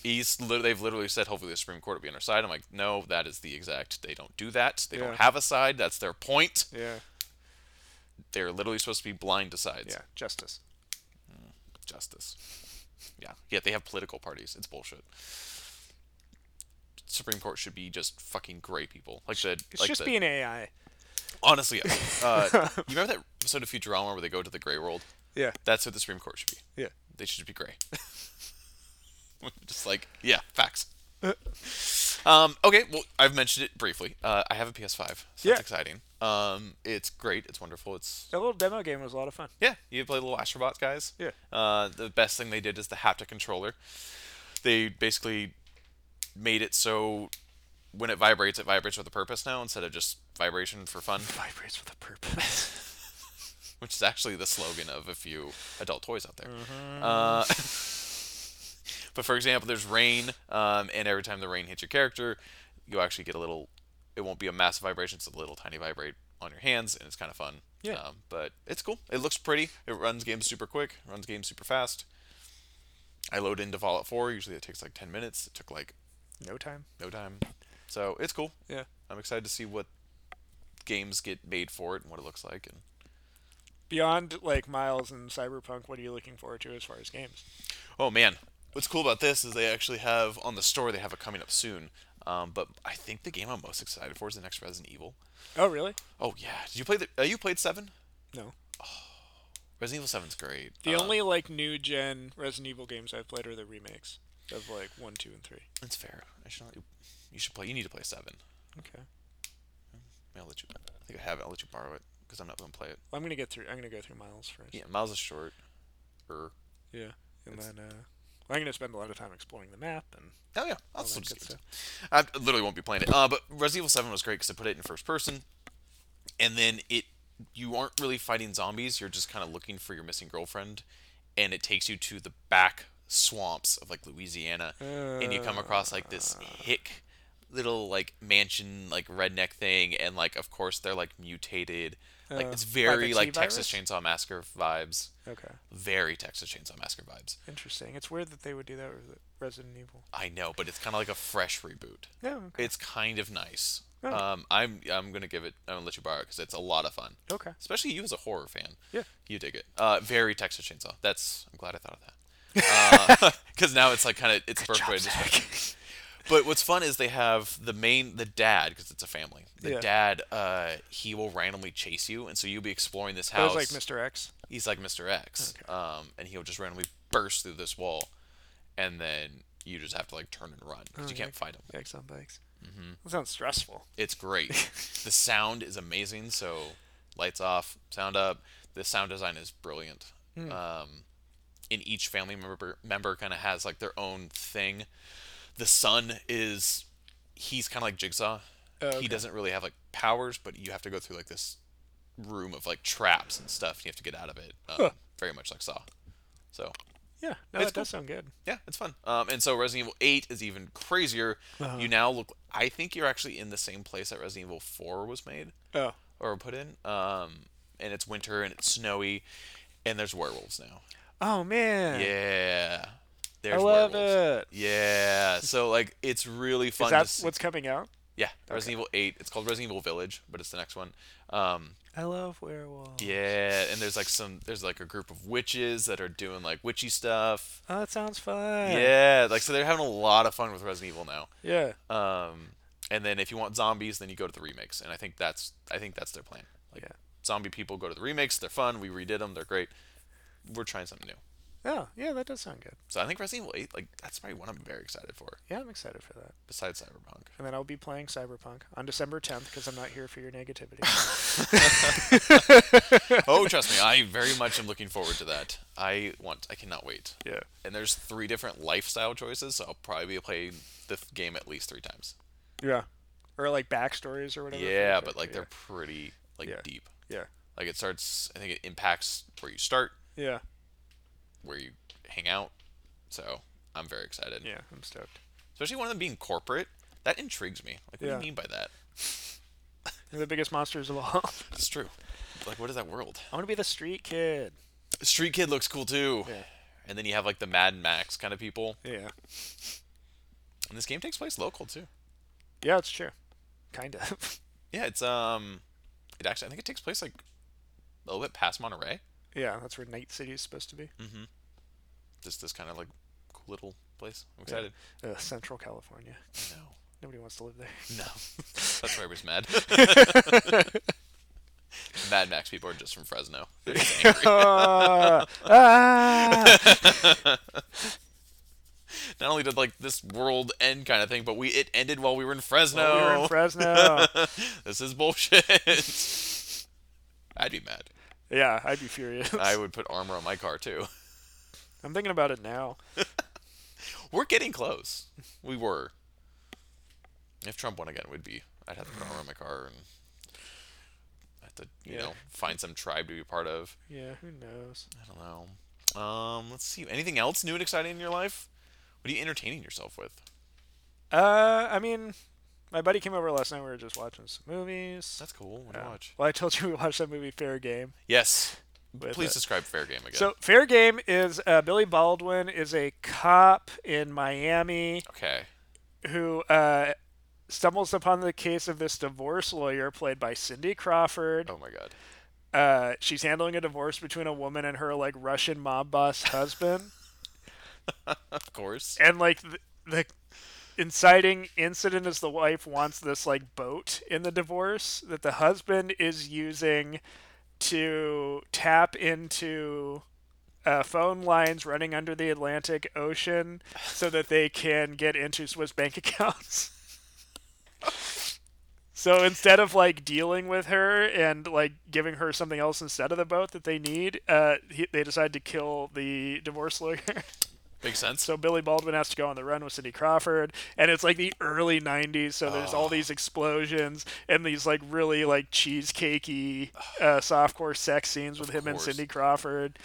Speaker 1: He's lit- they've literally said hopefully the Supreme Court will be on our side. I'm like, no, that is the exact. They don't do that. They
Speaker 2: Yeah.
Speaker 1: don't have a side. That's their point.
Speaker 2: Yeah.
Speaker 1: They're literally supposed to be blind to sides.
Speaker 2: Yeah. Justice.
Speaker 1: Justice. Yeah. Yeah. They have political parties. It's bullshit. Supreme Court should be just fucking gray people. Like the
Speaker 2: It's
Speaker 1: like
Speaker 2: just
Speaker 1: the,
Speaker 2: being AI.
Speaker 1: honestly.
Speaker 2: <laughs>
Speaker 1: Uh, you remember that episode of Futurama where they go to the gray world?
Speaker 2: Yeah.
Speaker 1: That's what the Supreme Court should be.
Speaker 2: Yeah.
Speaker 1: They should be gray. <laughs> Just like, yeah, facts. um, okay, well, I've mentioned it briefly. Uh, I have a PS5, so that's
Speaker 2: Yeah.
Speaker 1: exciting. Um, it's great. It's wonderful. It's
Speaker 2: That little demo game was a lot of fun.
Speaker 1: yeah. You play little Astrobots guys.
Speaker 2: Yeah.
Speaker 1: Uh, the best thing they did is the haptic controller. They basically made it so when it vibrates, it vibrates with a purpose now instead of just vibration for fun,
Speaker 2: Vibrates with a purpose.
Speaker 1: which is actually the slogan of a few adult toys out there. Uh, <laughs> but for example, there's rain, um, and every time the rain hits your character, you actually get a little. It won't be a massive vibration; it's a little tiny vibrate on your hands, and it's kind of fun.
Speaker 2: Yeah.
Speaker 1: Um, but it's cool. It looks pretty. It runs games super quick. Runs games super fast. I load into Fallout 4. Usually it takes like 10 minutes. It took like
Speaker 2: no time.
Speaker 1: no time. So it's cool.
Speaker 2: Yeah.
Speaker 1: I'm excited to see what games get made for it and what it looks like. And
Speaker 2: Beyond like Miles and Cyberpunk, what are you looking forward to as far as games?
Speaker 1: Oh man, what's cool about this is they actually have on the store they have it coming up soon. Um, but I think the game I'm most excited for is the next Resident Evil.
Speaker 2: Oh, really?
Speaker 1: Oh yeah, did you play the? Uh, you played Seven?
Speaker 2: No.
Speaker 1: Resident Evil Seven's great.
Speaker 2: The
Speaker 1: Uh,
Speaker 2: only like new gen Resident Evil games I've played are the remakes of like one, two, and three.
Speaker 1: That's fair. I should not, you should play. You need to play Seven.
Speaker 2: Okay.
Speaker 1: I'll let you. I think I have it. I'll let you borrow it because I'm not going to play it.
Speaker 2: Well, I'm gonna get through. I'm gonna go through Miles first.
Speaker 1: Yeah, Miles is short. Er.
Speaker 2: Yeah. And
Speaker 1: It's-
Speaker 2: then uh, well, I'm gonna spend a lot of time exploring the map and
Speaker 1: Oh yeah, I'll
Speaker 2: all
Speaker 1: still
Speaker 2: that
Speaker 1: just
Speaker 2: good
Speaker 1: get
Speaker 2: stuff.
Speaker 1: I literally won't be playing it. Uh, but Resident Evil Seven was great because they put it in first person, and then it you aren't really fighting zombies. You're just kind of looking for your missing girlfriend, and it takes you to the back swamps of like Louisiana, and you come across like this hick little like mansion like redneck thing, and like of course they're like mutated. Like
Speaker 2: Uh,
Speaker 1: it's
Speaker 2: Private
Speaker 1: very
Speaker 2: Sea
Speaker 1: like Texas
Speaker 2: virus?
Speaker 1: Chainsaw Massacre vibes,
Speaker 2: Okay.
Speaker 1: very Texas Chainsaw Massacre vibes.
Speaker 2: Interesting. It's weird that they would do that with Resident Evil.
Speaker 1: I know, but it's kind of like a fresh reboot.
Speaker 2: No. Okay.
Speaker 1: It's kind of nice.
Speaker 2: Okay.
Speaker 1: Um, I'm I'm gonna give it. I'm gonna let you borrow it because it's a lot of fun.
Speaker 2: okay.
Speaker 1: Especially you as a horror fan.
Speaker 2: Yeah.
Speaker 1: You dig it. Uh, very Texas Chainsaw. That's. I'm glad I thought
Speaker 2: <laughs>
Speaker 1: of <laughs> that. Because now it's like kind of it's a perfect way to describe it. <laughs> But what's fun is they have the main the dad because it's a family. The
Speaker 2: Yeah.
Speaker 1: dad uh, he will randomly chase you, and so you'll be exploring this
Speaker 2: That
Speaker 1: house.
Speaker 2: was like Mr. X.
Speaker 1: He's like Mr. X.
Speaker 2: Okay.
Speaker 1: Um, and he'll just randomly burst through this wall, and then you just have to like turn and run because you
Speaker 2: Okay.
Speaker 1: can't fight him.
Speaker 2: X on bikes. Mm-hmm. That sounds stressful.
Speaker 1: It's
Speaker 2: <laughs>
Speaker 1: great. the sound is amazing. So lights off, sound up. The sound design is brilliant.
Speaker 2: Hmm.
Speaker 1: Um, and each family member member kind of has like their own thing. The son is he's kind of like Jigsaw.
Speaker 2: Oh, okay.
Speaker 1: He doesn't really have like powers, but you have to go through like this room of like traps and stuff. And you have to get out of it. Um,
Speaker 2: Huh.
Speaker 1: Very much like Saw. So
Speaker 2: Yeah. No,
Speaker 1: It's
Speaker 2: that does sound good.
Speaker 1: yeah, it's fun. Um, and so Resident Evil 8 is even crazier.
Speaker 2: Uh-huh.
Speaker 1: You now look. I think you're actually in the same place that Resident Evil 4 was made
Speaker 2: Oh.
Speaker 1: or put in. Um, and it's winter and it's snowy, and there's werewolves now.
Speaker 2: Oh man.
Speaker 1: Yeah, there's
Speaker 2: love
Speaker 1: werewolves.
Speaker 2: it.
Speaker 1: Yeah, so like it's really fun.
Speaker 2: Is
Speaker 1: to
Speaker 2: that
Speaker 1: see-
Speaker 2: what's coming out?
Speaker 1: Yeah, Resident Evil 8. It's called Resident Evil Village, but it's the next one. Um,
Speaker 2: I love werewolves.
Speaker 1: yeah, and there's like some there's like a group of witches that are doing like witchy stuff.
Speaker 2: Oh, that sounds fun.
Speaker 1: Yeah, like so they're having a lot of fun with Resident Evil now.
Speaker 2: Yeah.
Speaker 1: Um, and then if you want zombies, then you go to the remakes, and I think that's I think that's their plan. Like
Speaker 2: Yeah.
Speaker 1: zombie people go to the remakes. They're fun. We redid them. They're great. We're trying something new.
Speaker 2: Oh, yeah, that does sound good.
Speaker 1: So I think Resident Evil 8, like that's probably one I'm very excited for,
Speaker 2: Yeah, I'm excited for that.
Speaker 1: besides <laughs> Cyberpunk.
Speaker 2: And then I'll be playing Cyberpunk on December 10th because I'm not here for
Speaker 1: <laughs>
Speaker 2: your negativity.
Speaker 1: oh, trust me, I very much am looking forward to that. I want. I cannot wait.
Speaker 2: yeah.
Speaker 1: And there's three different lifestyle choices, so I'll probably be playing the th- game at least three times.
Speaker 2: Yeah. Or like backstories or whatever.
Speaker 1: Yeah, but like they're pretty like
Speaker 2: Yeah.
Speaker 1: deep.
Speaker 2: Yeah.
Speaker 1: Like it starts. I think it impacts where you start,
Speaker 2: Yeah.
Speaker 1: where you hang out. So I'm very excited.
Speaker 2: Yeah. I'm stoked.
Speaker 1: Especially one of them being corporate. That intrigues me. Like, what do
Speaker 2: Yeah.
Speaker 1: you mean by that?
Speaker 2: They're the biggest monsters of all. <laughs> I
Speaker 1: It's true. Like, what is that world?
Speaker 2: want to be the street kid.
Speaker 1: Street Kid looks cool too.
Speaker 2: Yeah.
Speaker 1: And then you have like the Mad Max kind of people.
Speaker 2: Yeah.
Speaker 1: And this game takes place local too.
Speaker 2: Yeah, it's true. Kind of.
Speaker 1: Yeah, it's um, it actually I think it takes place like a little bit past Monterey.
Speaker 2: <laughs> yeah, that's where Night City is supposed to be.
Speaker 1: Mm. Just this kind of like cool little place. I'm excited.
Speaker 2: Uh, Central California.
Speaker 1: I know.
Speaker 2: Nobody wants to live there.
Speaker 1: No. <laughs> That's why I was mad. <laughs> Mad Max people are just from Fresno. They're <laughs> just angry.
Speaker 2: <laughs> <laughs> Ah, ah.
Speaker 1: Not only did like this world end kind of thing, but we it ended while we were in Fresno.
Speaker 2: We were in <laughs> Fresno.
Speaker 1: <laughs> this is bullshit. I'd be mad.
Speaker 2: yeah, I'd be <laughs> furious.
Speaker 1: I would put armor on my car too.
Speaker 2: I'm thinking about it now.
Speaker 1: We're getting close. We were. If Trump won again, we'd be. I'd have to put armor on my car and I have to, you
Speaker 2: Yeah.
Speaker 1: know, find some tribe to be part of.
Speaker 2: Yeah, who knows?
Speaker 1: I don't know. Um, let's see. Anything else new and exciting in your life? What are you entertaining yourself with?
Speaker 2: Uh, I mean, my buddy came over last night. We were just watching some movies.
Speaker 1: That's cool. What do you
Speaker 2: Uh,
Speaker 1: watch?
Speaker 2: Well, I told you <laughs> we watched that movie Fair Game.
Speaker 1: Yes.
Speaker 2: With
Speaker 1: Please
Speaker 2: it.
Speaker 1: describe Fair Game again.
Speaker 2: So Fair Game is uh, Billy Baldwin is a cop in Miami
Speaker 1: okay.
Speaker 2: who uh, stumbles upon the case of this divorce lawyer played by Cindy Crawford.
Speaker 1: Oh my god. <laughs>
Speaker 2: Uh, she's handling a divorce between a woman and her like Russian mob boss husband,
Speaker 1: Of course.
Speaker 2: and like the, the inciting incident is the wife wants this like boat in the divorce that the husband is using to tap into uh, phone lines running under the Atlantic Ocean so that they can get into Swiss bank <laughs> accounts. so instead of like dealing with her and like giving her something else instead of the boat that they need, uh, he, they decide to kill the divorce lawyer. <laughs>
Speaker 1: Makes sense.
Speaker 2: so Billy Baldwin has to go on the run with Cindy Crawford, and it's like the early '90s, so there's all
Speaker 1: Ah.
Speaker 2: these explosions and these like really like cheesecakey uh, softcore sex scenes with him and
Speaker 1: course.
Speaker 2: Cindy Crawford.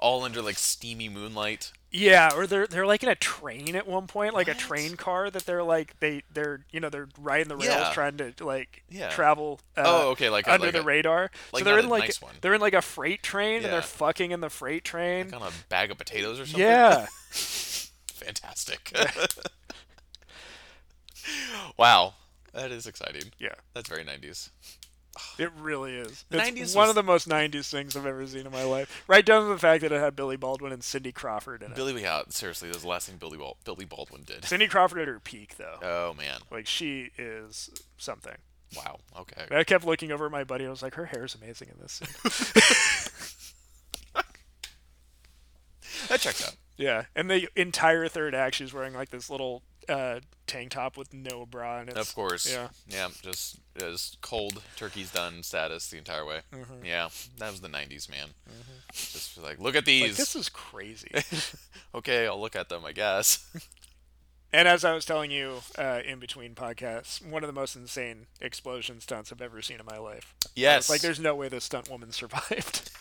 Speaker 1: All under like steamy moonlight.
Speaker 2: Yeah, or they're they're like in a train at one point, like a train car that they're like they they're you know they're riding the rails
Speaker 1: Yeah.
Speaker 2: trying to like
Speaker 1: Yeah.
Speaker 2: travel. Uh,
Speaker 1: Oh, okay, like a-
Speaker 2: under
Speaker 1: like
Speaker 2: the
Speaker 1: a-
Speaker 2: radar.
Speaker 1: like
Speaker 2: so they're
Speaker 1: not
Speaker 2: in
Speaker 1: a
Speaker 2: like
Speaker 1: nice one.
Speaker 2: they're in like a freight train and
Speaker 1: Yeah.
Speaker 2: they're fucking in the freight train.
Speaker 1: Like on a bag of potatoes or something.
Speaker 2: yeah,
Speaker 1: <laughs> Fantastic. <laughs> wow. That is exciting.
Speaker 2: <laughs> yeah,
Speaker 1: That's very 90s.
Speaker 2: it really is.
Speaker 1: The
Speaker 2: It's
Speaker 1: 90s
Speaker 2: one
Speaker 1: was-
Speaker 2: of the most '90s things I've ever seen in my life. Right down to the fact that it had Billy Baldwin and Cindy Crawford in it.
Speaker 1: Billy, yeah, seriously, that was the last thing Billy, Bal- Billy Baldwin did. <laughs>
Speaker 2: Cindy Crawford at her peak, though.
Speaker 1: Oh, man.
Speaker 2: Like she is something.
Speaker 1: Wow. Okay.
Speaker 2: And I kept looking over at my buddy and I was like, her hair is amazing in
Speaker 1: <laughs>
Speaker 2: this. scene."
Speaker 1: That checks out.
Speaker 2: Yeah, and the entire third act, she's wearing like this little uh, tank top with no bra, and it's
Speaker 1: Of course.
Speaker 2: Yeah.
Speaker 1: Yeah. Just as cold turkey's done status the entire way. Yeah. That was the 90s, man. Just like, look at
Speaker 2: Mm-hmm. like,
Speaker 1: these.
Speaker 2: this
Speaker 1: <laughs>
Speaker 2: is crazy.
Speaker 1: okay, I'll look at them, I guess.
Speaker 2: and as I was telling you uh, in between podcasts, one of the most insane explosion stunts I've ever seen in my life. I was
Speaker 1: yes.
Speaker 2: like there's no way this stunt woman <laughs> survived.
Speaker 1: <laughs>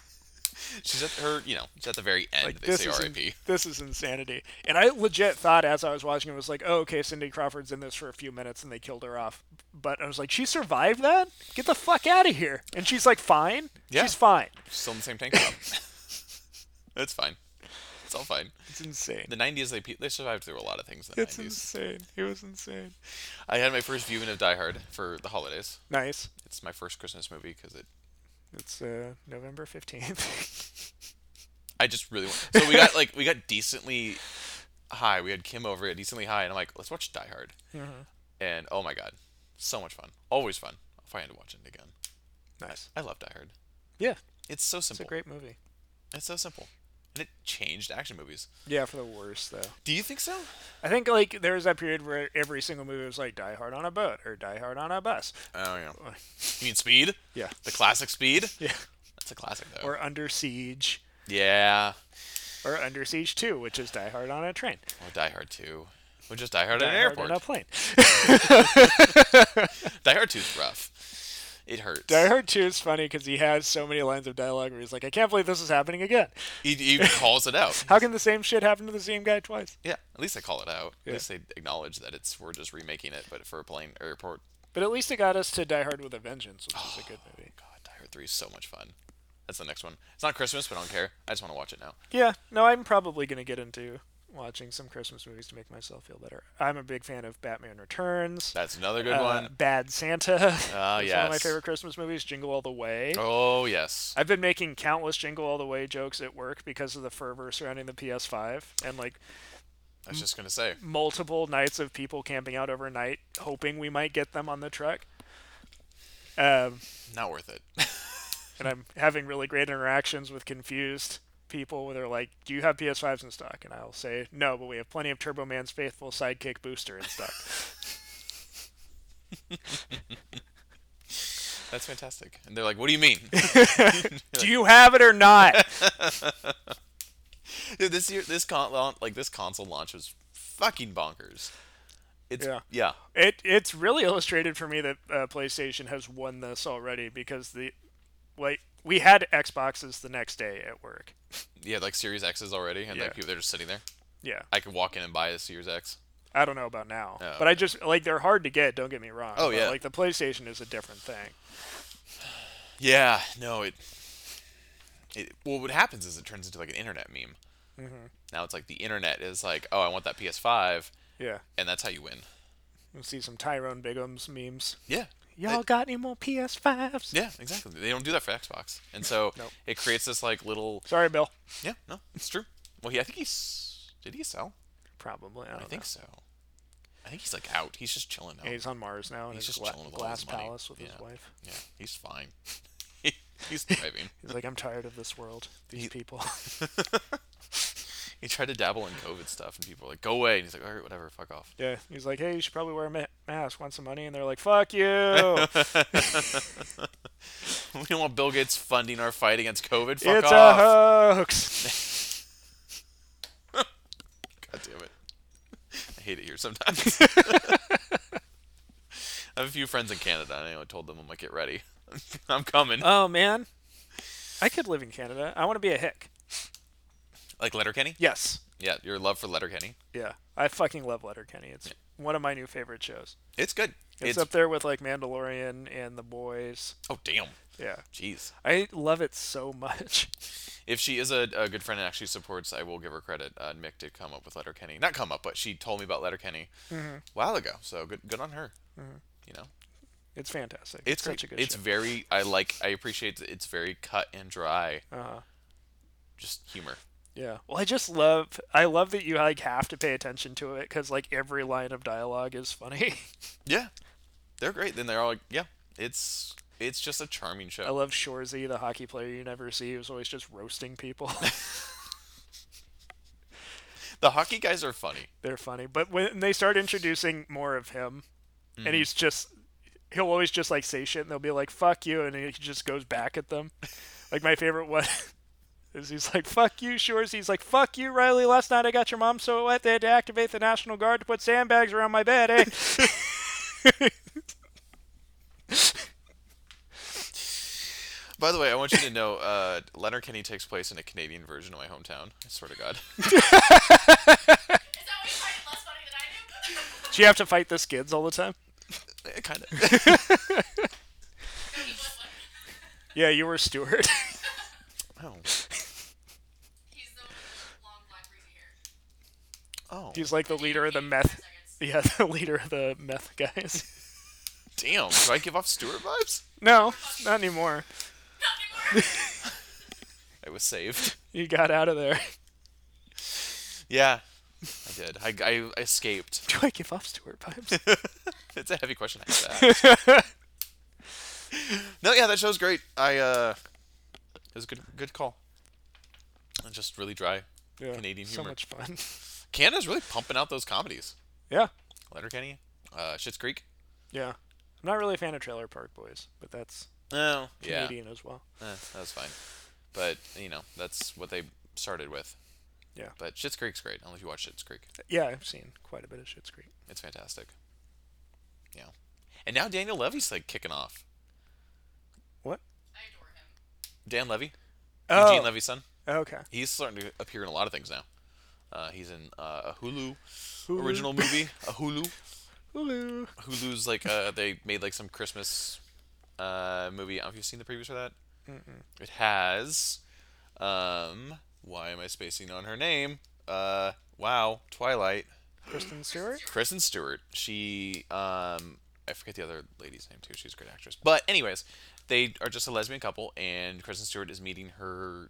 Speaker 1: she's at her, you know, she's at the very end.
Speaker 2: like
Speaker 1: they
Speaker 2: this
Speaker 1: say
Speaker 2: is in-
Speaker 1: RIP.
Speaker 2: this is insanity. And I legit thought as I was watching it was like, oh okay, Cindy Crawford's in this for a few minutes and they killed her off. But I was like, she survived that? Get the fuck out of here! And she's like, fine.
Speaker 1: Yeah.
Speaker 2: She's fine.
Speaker 1: Still in the same
Speaker 2: <laughs>
Speaker 1: tank top. That's fine. It's all fine.
Speaker 2: It's insane.
Speaker 1: The 90s, they, pe- they survived through a lot of things in the
Speaker 2: It's
Speaker 1: 90s.
Speaker 2: insane. It was insane.
Speaker 1: I had my first viewing of Die Hard for the holidays.
Speaker 2: Nice.
Speaker 1: It's my first Christmas movie because it.
Speaker 2: It's uh, November 15th.
Speaker 1: I just really want. So we got like we got decently high. We had Kim over, we got decently high, and I'm like, let's watch Die Hard.
Speaker 2: Mm-hmm.
Speaker 1: And oh my god, so much fun. Always fun. If I had to watch it again,
Speaker 2: <laughs> nice.
Speaker 1: I love Die Hard.
Speaker 2: Yeah,
Speaker 1: It's so
Speaker 2: it's a
Speaker 1: simple.
Speaker 2: great movie.
Speaker 1: It's so simple, and it changed action movies.
Speaker 2: Yeah, for the worst though.
Speaker 1: Do you think so?
Speaker 2: I think like there was that period where every single movie was like Die Hard on a boat or Die Hard on a bus.
Speaker 1: Oh yeah. You mean Speed? <laughs>
Speaker 2: Yeah.
Speaker 1: The classic Speed.
Speaker 2: Yeah.
Speaker 1: That's a classic though.
Speaker 2: Or Under Siege
Speaker 1: yeah.
Speaker 2: or Under Siege 2, which is Die Hard on a train.
Speaker 1: Or Die Hard Two. Or just Die Hard
Speaker 2: Die
Speaker 1: at an
Speaker 2: Hard
Speaker 1: airport.
Speaker 2: on a plane. <laughs>
Speaker 1: Die Hard Two's rough. It hurts.
Speaker 2: Die Hard 2 is funny because he has so many lines of dialogue where he's like, I can't believe this is happening again.
Speaker 1: He, he
Speaker 2: <laughs>
Speaker 1: calls it out.
Speaker 2: How can the same shit happen to the same guy twice?
Speaker 1: Yeah, at least they call it out.
Speaker 2: Yeah.
Speaker 1: At least they acknowledge that it's we're just remaking it, but for a plane airport.
Speaker 2: But at least it got us to Die Hard with a Vengeance, which is
Speaker 1: <sighs>
Speaker 2: a good movie.
Speaker 1: God, Die Hard Three is so much fun. That's the next one. It's not Christmas, but I don't care. I just want to watch it now.
Speaker 2: Yeah, no, I'm probably gonna get into watching some Christmas movies to make myself feel better. I'm a big fan of Batman Returns.
Speaker 1: That's another good
Speaker 2: uh,
Speaker 1: one.
Speaker 2: Bad Santa. <laughs>
Speaker 1: Ah,
Speaker 2: It's one of my
Speaker 1: yes.
Speaker 2: favorite Christmas movies. Jingle All the Way.
Speaker 1: Oh yes,
Speaker 2: I've been making countless Jingle All the Way jokes at work because of the fervor surrounding the PS5 and like
Speaker 1: I was just gonna say.
Speaker 2: multiple nights of people camping out overnight, hoping we might get them on the trek. Um,
Speaker 1: Not worth it. <laughs>
Speaker 2: and I'm having really great interactions with confused people where they're like, "Do you have PS5s in stock?" And I'll say, "No, but we have plenty of Turbo Man's faithful sidekick booster in stock."
Speaker 1: That's fantastic. And they're like, "What do you mean?
Speaker 2: Do you have it or not? <laughs>
Speaker 1: Dude, this year, this con- laun- like this console launch was fucking bonkers." It's yeah.
Speaker 2: Yeah. It it's really illustrated for me that uh, PlayStation has won this already because the like we had Xboxes the next day at work.
Speaker 1: Yeah, like Series X's already, and
Speaker 2: Yeah.
Speaker 1: like people they're just sitting there.
Speaker 2: Yeah,
Speaker 1: I could walk in and buy a Series X.
Speaker 2: I don't know about now,
Speaker 1: Oh,
Speaker 2: but I just like they're hard to get. Don't get me wrong.
Speaker 1: Oh,
Speaker 2: but,
Speaker 1: yeah.
Speaker 2: like the PlayStation is a different thing.
Speaker 1: Yeah, no, it. It well, what happens is it turns into like an internet meme.
Speaker 2: Mm-hmm.
Speaker 1: Now it's like the internet is like, "Oh, I want that PS5,"
Speaker 2: Yeah,
Speaker 1: and that's how you win.
Speaker 2: you see some Tyrone Bigums memes.
Speaker 1: Yeah.
Speaker 2: Y'all got any more PS5s?
Speaker 1: Yeah, exactly. They don't do that for Xbox, and so
Speaker 2: <laughs> Nope.
Speaker 1: it creates this like little.
Speaker 2: Sorry, Bill.
Speaker 1: Yeah, no, it's true. Well, he, I think he's. Did he sell?
Speaker 2: Probably. I,
Speaker 1: I
Speaker 2: don't
Speaker 1: think
Speaker 2: know.
Speaker 1: so. I think he's like out. He's just chilling now.
Speaker 2: Yeah, he's on Mars now in
Speaker 1: He's
Speaker 2: his
Speaker 1: just
Speaker 2: gla-
Speaker 1: chilling with all
Speaker 2: glass
Speaker 1: his money.
Speaker 2: palace with
Speaker 1: Yeah.
Speaker 2: his wife.
Speaker 1: yeah, he's fine. <laughs> he's thriving.
Speaker 2: He's like, I'm tired of this world. These people.
Speaker 1: <laughs>
Speaker 2: <laughs>
Speaker 1: he tried to dabble in COVID stuff, and people were like, "Go away," and he's like, "All right, whatever, fuck off." <laughs>
Speaker 2: yeah. He's like, hey, you should probably wear a ma- mask. Want some money? And they're like, fuck
Speaker 1: <laughs>
Speaker 2: you.
Speaker 1: we don't want Bill Gates funding our fight against COVID. Fuck
Speaker 2: it's
Speaker 1: off.
Speaker 2: a
Speaker 1: <laughs>
Speaker 2: hoax.
Speaker 1: God damn it. I hate it here <laughs> sometimes. I have a few friends in Canada, and I told them, "I'm like, get ready, <laughs> I'm coming."
Speaker 2: oh man, I could live in Canada. I want to be a hick.
Speaker 1: Like Letterkenny?
Speaker 2: Yes.
Speaker 1: Yeah, your love for Letterkenny.
Speaker 2: Yeah, I fucking love Letterkenny. It's one of my new favorite shows.
Speaker 1: It's good.
Speaker 2: It's,
Speaker 1: It's,
Speaker 2: up there with like Mandalorian and The Boys.
Speaker 1: oh damn,
Speaker 2: Yeah,
Speaker 1: jeez.
Speaker 2: I love it so <laughs> much.
Speaker 1: If she is a, a good friend and actually supports, I will give her credit. Uh, Mick did come up with Letterkenny, not come up, but she told me about Letterkenny a while ago. So good, good on her. You know,
Speaker 2: It's fantastic.
Speaker 1: it's
Speaker 2: such
Speaker 1: great.
Speaker 2: a good
Speaker 1: it's
Speaker 2: show.
Speaker 1: very. I like. I appreciate that it's very cut and dry.
Speaker 2: Uh-huh.
Speaker 1: Just humor.
Speaker 2: Yeah. Well, I just love. I love that you like have to pay attention to it because like every line of dialogue is funny. <laughs>
Speaker 1: Yeah, they're great. Then they're all like, yeah, it's it's just a charming
Speaker 2: I
Speaker 1: show.
Speaker 2: love Shorzy, the hockey player you never see, who's always just roasting people. <laughs>
Speaker 1: The hockey guys are funny.
Speaker 2: They're funny, but when they start introducing more of him, and he's just. He'll always just like say shit, and they'll be like "fuck you," and he just goes back at them. Like my favorite one <laughs> is he's like "fuck you, Shores." He's like "fuck you, Riley." Last night I got your mom so wet they had to activate the National Guard to put sandbags around my bed. Eh?
Speaker 1: By the way, I want you to know, uh, Letterkenny takes place in a Canadian version of my hometown. I swear to God. <laughs>
Speaker 3: Is that why you find it less funny than I do? <laughs>
Speaker 2: Do you have to fight the skids all the time?
Speaker 1: kind of.
Speaker 3: he was one.
Speaker 2: Yeah, you were Stewart.
Speaker 1: <laughs>
Speaker 2: <laughs>
Speaker 1: oh.
Speaker 3: He's the one with the long black greasy hair.
Speaker 1: Oh.
Speaker 2: he's like the leader of the meth. Yeah, <laughs> the leader of the meth guys. <laughs>
Speaker 1: Damn. Do I give off Stewart vibes?
Speaker 2: No, not anymore.
Speaker 3: Not anymore. <laughs>
Speaker 1: I was
Speaker 2: <laughs>
Speaker 1: saved.
Speaker 2: You got out of there. <laughs>
Speaker 1: Yeah. I did. I, I escaped. <laughs>
Speaker 2: Do I give off Stewart vibes?
Speaker 1: It's a heavy question. I have to
Speaker 2: <laughs>
Speaker 1: ask. no, yeah, that show's great. I uh, it was a good good call. And just really dry.
Speaker 2: Yeah,
Speaker 1: Canadian
Speaker 2: so
Speaker 1: humor.
Speaker 2: much fun. <laughs>
Speaker 1: Canada's really pumping out those comedies.
Speaker 2: Yeah,
Speaker 1: Letterkenny, uh, Schitt's Creek.
Speaker 2: yeah. I'm not really a fan of Trailer Park Boys, but that's
Speaker 1: Oh, yeah,
Speaker 2: Canadian as well.
Speaker 1: Eh, that was fine. But you know, that's what they started with.
Speaker 2: Yeah.
Speaker 1: But Schitt's Creek's great. I don't know if you watch Schitt's Creek.
Speaker 2: Yeah, I've seen quite a bit of Shit's Creek.
Speaker 1: It's fantastic. Yeah. And now Daniel Levy's like kicking off.
Speaker 2: What?
Speaker 3: I adore him.
Speaker 1: Dan Levy, Eugene
Speaker 2: Oh,
Speaker 1: Levy's son.
Speaker 2: okay.
Speaker 1: He's starting to appear in a lot of things now. Uh, he's in uh, a Hulu,
Speaker 2: Hulu. <laughs>
Speaker 1: original movie. A Hulu.
Speaker 2: Hulu.
Speaker 1: Hulu's like uh, they made like some Christmas uh, movie. Have you seen the previews for that? It has. Um, why am I spacing on her name? Uh, wow, Twilight.
Speaker 2: Kristen Stewart.
Speaker 1: Kristen Stewart. She um I forget the other lady's name too. She's a great actress. But anyways, they are just a lesbian couple and Kristen Stewart is meeting her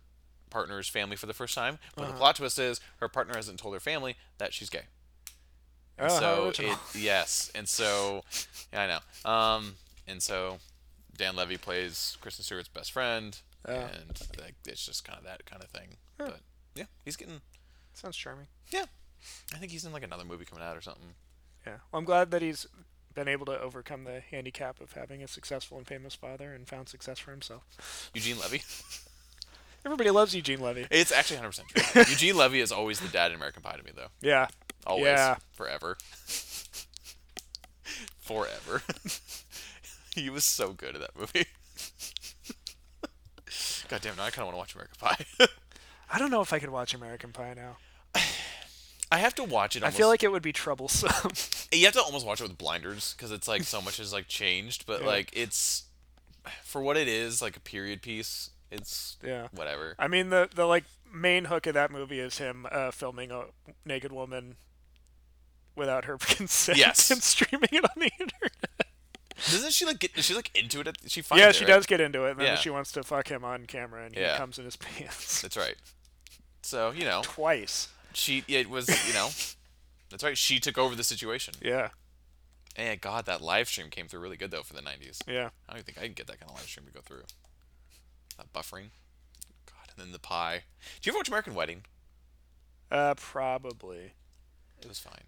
Speaker 1: partner's family for the first time. But
Speaker 2: Uh-huh.
Speaker 1: the plot twist is her partner hasn't told her family that she's gay. And
Speaker 2: Oh, how
Speaker 1: so
Speaker 2: original.
Speaker 1: it <laughs> yes, and so yeah, I know. Um, and so Dan Levy plays Kristen Stewart's best friend,
Speaker 2: Oh.
Speaker 1: and like, it's just kind of that kind of thing. But yeah, he's getting
Speaker 2: <laughs> Sounds charming.
Speaker 1: yeah. I think he's in like another movie coming out or something.
Speaker 2: Yeah. Well, I'm glad that he's been able to overcome the handicap of having a successful and famous father and found success for himself.
Speaker 1: Eugene Levy.
Speaker 2: Everybody loves Eugene Levy.
Speaker 1: It's actually 100
Speaker 2: <laughs>
Speaker 1: percent true. Eugene Levy is always the dad in American Pie to me, though.
Speaker 2: Yeah.
Speaker 1: Always,
Speaker 2: Yeah.
Speaker 1: forever, <laughs> forever. <laughs> he was so good at that movie. <laughs> God damn! Now I kind of want to watch American Pie. <laughs>
Speaker 2: I don't know if I could watch American Pie now.
Speaker 1: I have to watch it.
Speaker 2: I
Speaker 1: Almost,
Speaker 2: feel like it would be troublesome. <laughs>
Speaker 1: you have to almost watch it with blinders because it's like so much has like changed, but
Speaker 2: Yeah.
Speaker 1: like it's for what it is, like a period piece. It's
Speaker 2: Yeah.
Speaker 1: whatever.
Speaker 2: I mean, the the like main hook of that movie is him uh, filming a naked woman without her <laughs> consent
Speaker 1: Yes.
Speaker 2: and streaming it on the internet.
Speaker 1: Doesn't she like get? She's like into it. At, she finds.
Speaker 2: Yeah,
Speaker 1: it,
Speaker 2: she
Speaker 1: right?
Speaker 2: does get into it. And then
Speaker 1: Yeah.
Speaker 2: she wants to fuck him on camera, and he
Speaker 1: Yeah.
Speaker 2: comes in his <laughs> pants
Speaker 1: That's right. So you know.
Speaker 2: twice.
Speaker 1: she it was you
Speaker 2: <laughs>
Speaker 1: know that's right she took over the situation
Speaker 2: Yeah,
Speaker 1: and god that live stream came through really good though for the 90s
Speaker 2: yeah.
Speaker 1: i don't even think i can get that kind of live stream to go through that buffering god and then the pie do you ever watch american wedding
Speaker 2: Uh, probably.
Speaker 1: it was fine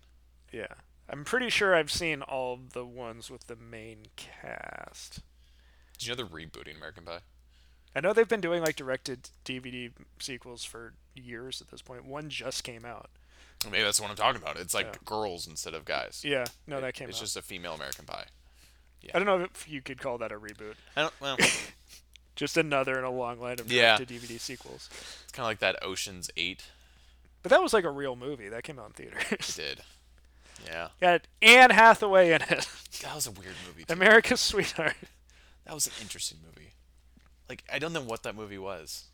Speaker 2: Yeah, I'm pretty sure I've seen all the ones with the main cast.
Speaker 1: did you know they're rebooting american pie
Speaker 2: I know they've been doing like directed DVD sequels for years at this point. One just came out.
Speaker 1: maybe that's what i'm talking about it's like
Speaker 2: Yeah.
Speaker 1: girls instead of guys
Speaker 2: Yeah, no, that came
Speaker 1: it's
Speaker 2: out.
Speaker 1: just a female american pie
Speaker 2: I don't know if you could call that a reboot.
Speaker 1: i don't well
Speaker 2: Just another in a long line of
Speaker 1: Yeah.
Speaker 2: directed DVD sequels.
Speaker 1: it's kind of like that oceans 8
Speaker 2: But that was like a real movie that came out in
Speaker 1: it
Speaker 2: theaters.
Speaker 1: did yeah
Speaker 2: <laughs> Got Anne Hathaway in it. <laughs>
Speaker 1: that was a weird movie too.
Speaker 2: America's Sweetheart.
Speaker 1: That was an interesting movie. Like I don't know what that movie was.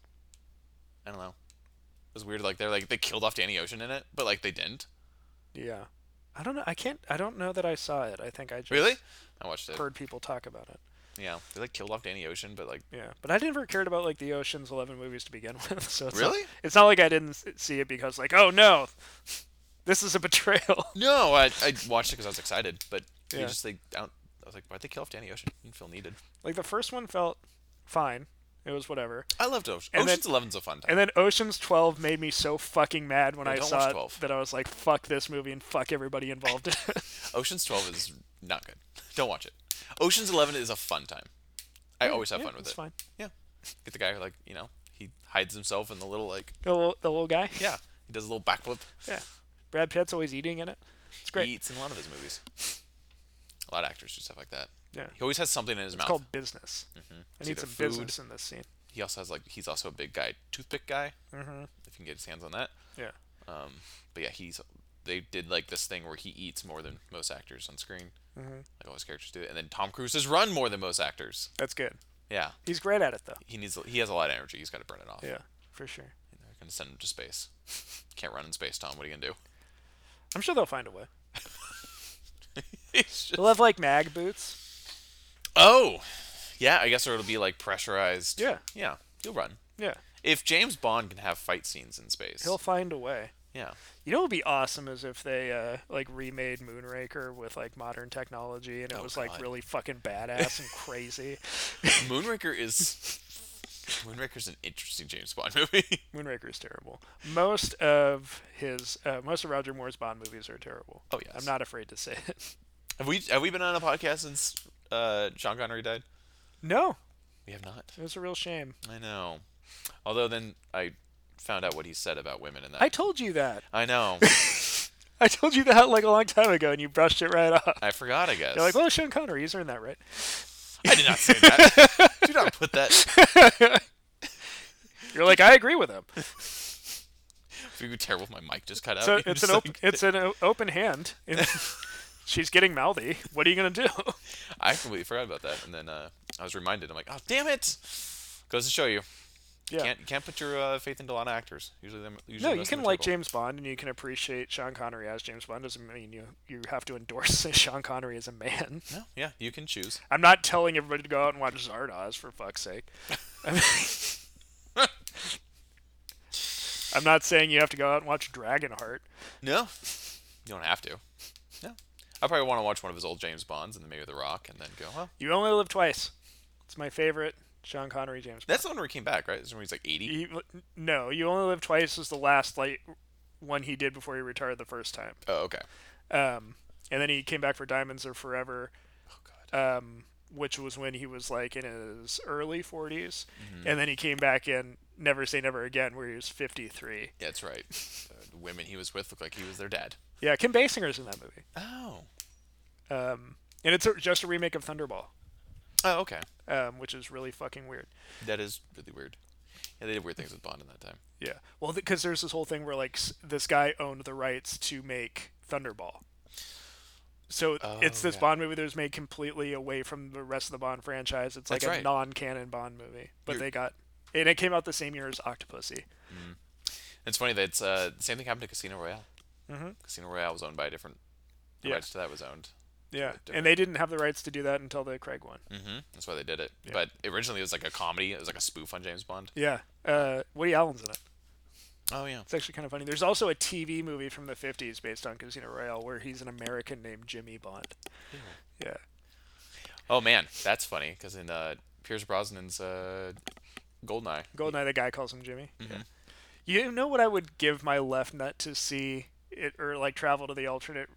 Speaker 1: I don't know. It was weird. Like they're like they killed off Danny Ocean in it, but like they didn't.
Speaker 2: Yeah. I don't know. I can't. I don't know that I saw it. I think I just
Speaker 1: Really? I watched it.
Speaker 2: heard people talk about it.
Speaker 1: Yeah, they like killed off Danny Ocean, but like
Speaker 2: Yeah, but I never cared about like the Ocean's Eleven movies to begin <laughs> with. So it's
Speaker 1: Really?
Speaker 2: Not, it's not like I didn't s- see it because like, oh no, <laughs> this is a betrayal. <laughs>
Speaker 1: no, I I watched it because I was excited, but you
Speaker 2: Yeah.
Speaker 1: just like I, don't, I was like, why'd they kill off Danny Ocean? Didn't feel needed.
Speaker 2: like the first one felt fine. It was whatever.
Speaker 1: I loved Ocean.
Speaker 2: And then-
Speaker 1: Ocean's Eleven's a fun time.
Speaker 2: And then Ocean's 12 made me so fucking mad when
Speaker 1: Yeah,
Speaker 2: I
Speaker 1: don't
Speaker 2: saw
Speaker 1: watch
Speaker 2: it
Speaker 1: 12.
Speaker 2: that I was like, fuck this movie and fuck everybody
Speaker 1: <laughs>
Speaker 2: involved in it.
Speaker 1: Ocean's Twelve is not good. Don't watch it. Ocean's Eleven is a fun time. I always have
Speaker 2: <laughs> yeah,
Speaker 1: fun with
Speaker 2: it's
Speaker 1: it.
Speaker 2: fine.
Speaker 1: Yeah. Get the guy who like you know he hides himself in the little like
Speaker 2: The little, the little guy?
Speaker 1: yeah he does a little backflip.
Speaker 2: Yeah. Brad Pitt's always eating in it. It's great.
Speaker 1: He eats in a lot of his movies. A lot of actors do stuff like that.
Speaker 2: Yeah.
Speaker 1: He always has something in his mouth.
Speaker 2: It's called business. I need
Speaker 1: either
Speaker 2: some
Speaker 1: Mm-hmm. food-
Speaker 2: business in this scene.
Speaker 1: He also has like he's also a big guy, toothpick guy. Mm-hmm. If you can get his hands on that.
Speaker 2: Yeah.
Speaker 1: Um, but yeah, he's they did like this thing where he eats more than most actors on screen. Mm-hmm. Like all his characters do, and then Tom Cruise has run more than most actors.
Speaker 2: That's good.
Speaker 1: Yeah,
Speaker 2: He's great at it, though.
Speaker 1: he needs he has a lot of energy. He's got to burn it off.
Speaker 2: Yeah, for sure.
Speaker 1: And they're gonna send him to space. <laughs> Can't run in space, Tom. What are you gonna do?
Speaker 2: I'm sure they'll find
Speaker 1: <laughs>
Speaker 2: a way.
Speaker 1: It's just-
Speaker 2: They'll have, like, mag boots.
Speaker 1: oh, yeah. I guess it'll be like pressurized.
Speaker 2: Yeah.
Speaker 1: Yeah. He'll run.
Speaker 2: Yeah.
Speaker 1: If James Bond can have fight scenes in space,
Speaker 2: He'll find a way.
Speaker 1: yeah.
Speaker 2: You know what would be awesome is if they uh, like remade Moonraker with like modern technology and it
Speaker 1: Oh,
Speaker 2: was
Speaker 1: God.
Speaker 2: like really fucking badass and crazy.
Speaker 1: Moonraker is <laughs> Moonraker's an interesting James Bond <laughs> movie.
Speaker 2: Moonraker is terrible. Most of his uh, most of Roger Moore's Bond movies are terrible.
Speaker 1: Oh, yes.
Speaker 2: I'm not afraid to say it. <laughs>
Speaker 1: have we have we been on a podcast since uh, Sean Connery died?
Speaker 2: No,
Speaker 1: We have not.
Speaker 2: it was a real shame.
Speaker 1: I know. Although then I found out what he said about women in that.
Speaker 2: I told you that.
Speaker 1: I know.
Speaker 2: I told you that like a long time ago and you brushed it right off.
Speaker 1: I forgot. I guess.
Speaker 2: <laughs> You're like, well, Sean Connery, he's earned that right.
Speaker 1: I did not say that.
Speaker 2: <laughs>
Speaker 1: Do not put that.
Speaker 2: You're like, I agree with him.
Speaker 1: If you terrible, my mic just cut out.
Speaker 2: So
Speaker 1: You're
Speaker 2: it's
Speaker 1: just
Speaker 2: an op-
Speaker 1: like-
Speaker 2: it's an o- open hand. She's getting mouthy. What are you gonna do?
Speaker 1: I completely forgot about that, and then uh, I was reminded. I'm like, oh damn it! Goes to show you,
Speaker 2: Yeah.
Speaker 1: can't you can't put your uh, faith into a lot of actors. Usually, them. Usually
Speaker 2: No, you
Speaker 1: most of them
Speaker 2: can
Speaker 1: are
Speaker 2: like
Speaker 1: terrible.
Speaker 2: James Bond and you can appreciate Sean Connery as James Bond. Doesn't mean you you have to endorse <laughs> Sean Connery as a man. <laughs>
Speaker 1: No, yeah, you can choose.
Speaker 2: I'm not telling everybody to go out and watch Zardoz for fuck's sake. I mean, I'm not saying you have to go out and watch Dragonheart.
Speaker 1: No, you don't have to. No, I probably want to watch one of his old James Bonds and then maybe The Rock, and then go. Well,
Speaker 2: You only live twice. It's my favorite Sean Connery James. Bond.
Speaker 1: that's the one where he came back, right? That's when he's like 80.
Speaker 2: You- no, you only live twice was the last like one he did before he retired the first time.
Speaker 1: Oh, okay.
Speaker 2: Um, and then he came back for Diamonds Are Forever,
Speaker 1: Oh God.
Speaker 2: um, which was when he was like in his early 40s,
Speaker 1: Mm-hmm.
Speaker 2: and then he came back in Never Say Never Again, where he was 53.
Speaker 1: Yeah, that's right. Uh, the women he was with looked like he was their dad.
Speaker 2: Yeah, Kim Basinger's in that movie,
Speaker 1: Oh.
Speaker 2: um, and it's a, just a remake of Thunderball,
Speaker 1: Oh, okay.
Speaker 2: um, which is really fucking weird.
Speaker 1: That is really weird. Yeah, they did weird things with Bond in that time.
Speaker 2: Yeah. Well, because there's this whole thing where like s- this guy owned the rights to make Thunderball. So it's this
Speaker 1: Oh, yeah.
Speaker 2: Bond movie that was made completely away from the rest of the Bond franchise. It's like
Speaker 1: That's
Speaker 2: a
Speaker 1: right.
Speaker 2: non-canon Bond movie, but
Speaker 1: You're-
Speaker 2: they got and it came out the same year as Octopussy.
Speaker 1: It's funny that it's, uh, the same thing happened to Casino Royale. Mm-hmm. Casino Royale was owned by a different. The
Speaker 2: Yeah.
Speaker 1: rights to that was owned.
Speaker 2: Yeah,
Speaker 1: different.
Speaker 2: and they didn't have the rights to do that until the Craig one.
Speaker 1: hmm That's why they did it. But originally it was like a comedy. It was like a spoof on James Bond.
Speaker 2: Yeah, uh, Woody Allen's in it.
Speaker 1: Oh yeah.
Speaker 2: It's actually kind of funny. There's also a TV movie from the 50s based on Casino Royale where he's an American named Jimmy Bond. Yeah,
Speaker 1: Oh man, that's funny because in uh, Pierce Brosnan's uh, Goldeneye.
Speaker 2: Goldeneye, the guy calls him Jimmy. Yeah. You know what I would give my left nut to see it or like travel to the alternate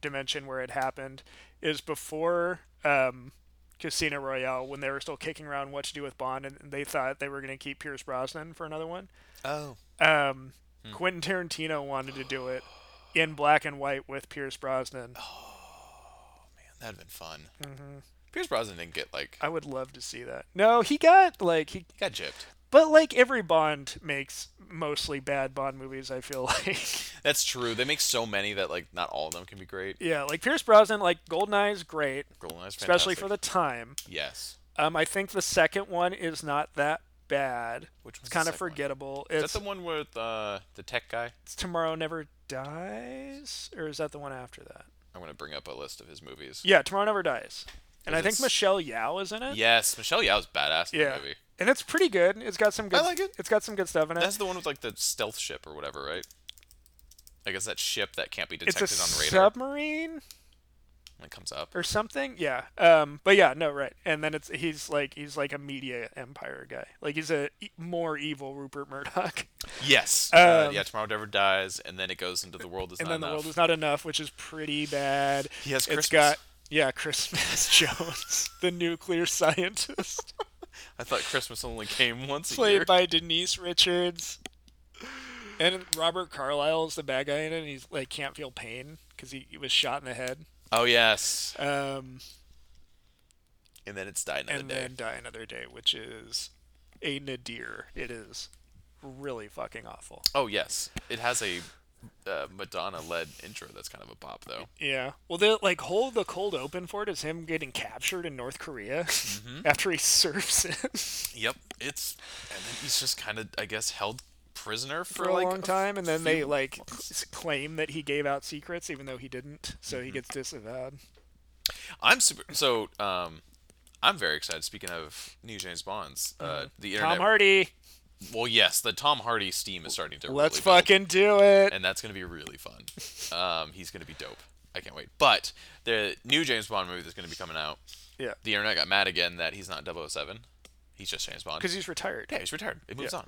Speaker 2: dimension where it happened is before um, Casino Royale when they were still kicking around what to do with Bond and they thought they were going to keep Pierce Brosnan for another one.
Speaker 1: Oh.
Speaker 2: Um, Quentin Tarantino wanted to do it in black and white with Pierce Brosnan.
Speaker 1: That'd been fun. Pierce Brosnan didn't get like
Speaker 2: Mm-hmm. I would love to see that. No, he got like he
Speaker 1: he got gypped.
Speaker 2: but like every Bond makes mostly bad Bond movies, I feel <laughs> like.
Speaker 1: That's true. They make so many that like not all of them can be great.
Speaker 2: Yeah, like Pierce Brosnan, like Goldeneye is great,
Speaker 1: Goldeneye's fantastic.
Speaker 2: especially for the time.
Speaker 1: yes.
Speaker 2: Um, I think the second one is not that bad.
Speaker 1: Which one's
Speaker 2: it's
Speaker 1: the
Speaker 2: kind of
Speaker 1: second one?
Speaker 2: forgettable.
Speaker 1: Is
Speaker 2: It's,
Speaker 1: that the one with uh, the tech guy?
Speaker 2: it's Tomorrow Never Dies, or is that the one after that?
Speaker 1: I'm gonna bring up a list of his movies.
Speaker 2: Yeah, Tomorrow Never Dies, and
Speaker 1: Is
Speaker 2: I think
Speaker 1: it s-
Speaker 2: Michelle Yao is in it.
Speaker 1: Yes, Michelle Yao's badass in
Speaker 2: yeah,
Speaker 1: the movie.
Speaker 2: and it's pretty good. It's got some good.
Speaker 1: like it.
Speaker 2: It's got some good stuff in it.
Speaker 1: That's the one with like the stealth ship or whatever, right? I guess that ship that can't be
Speaker 2: it's
Speaker 1: detected
Speaker 2: a
Speaker 1: on radar
Speaker 2: submarine
Speaker 1: when it comes up.
Speaker 2: or something. Yeah. Um. But yeah, no, right. And then it's he's like he's like a media empire guy. Like he's a e- more evil Rupert Murdoch.
Speaker 1: Yes. uh,
Speaker 2: Um,
Speaker 1: yeah. Tomorrow Never Dies, and then it goes into the world is
Speaker 2: and
Speaker 1: not
Speaker 2: then the
Speaker 1: enough.
Speaker 2: world is not enough, which is pretty bad.
Speaker 1: <laughs> He has Christmas.
Speaker 2: It's got yeah, Christmas <laughs> Jones, the
Speaker 1: <laughs>
Speaker 2: nuclear scientist,
Speaker 1: I thought Christmas only came <laughs> once a year.
Speaker 2: played by Denise Richards, and Robert Carlyle is the bad guy in it. And he's like can't feel pain because he, he was shot in the head,
Speaker 1: oh yes.
Speaker 2: um,
Speaker 1: And then it's Die Another
Speaker 2: and
Speaker 1: Day.
Speaker 2: then die another day, which is a nadir. It is really fucking awful.
Speaker 1: Oh yes, it has a uh, Madonna-led intro. That's kind of a bop, though.
Speaker 2: Yeah. Well, the like hold the cold open for it is him getting captured in North Korea
Speaker 1: Mm-hmm.
Speaker 2: <laughs> after he surfs it.
Speaker 1: Yep, it's and then he's just kind of, I guess, held prisoner for,
Speaker 2: for a
Speaker 1: like,
Speaker 2: long
Speaker 1: f-
Speaker 2: time, and then they
Speaker 1: few
Speaker 2: like s- claim that he gave out secrets even though he didn't, so
Speaker 1: Mm-hmm.
Speaker 2: he gets disavowed.
Speaker 1: I'm super. So, um, I'm very excited. Speaking of new James Bonds, uh, the internet.
Speaker 2: Mm-hmm. Tom Hardy,
Speaker 1: Well, yes, the Tom Hardy steam is starting to.
Speaker 2: let's
Speaker 1: really build,
Speaker 2: fucking do it.
Speaker 1: And that's gonna be really fun. Um, he's gonna be dope. I can't wait. But the new James Bond movie that's gonna be coming out,
Speaker 2: Yeah,
Speaker 1: the internet got mad again that he's not 007. He's just James Bond.
Speaker 2: because he's retired.
Speaker 1: Yeah, he's retired. It moves
Speaker 2: Yeah.
Speaker 1: on.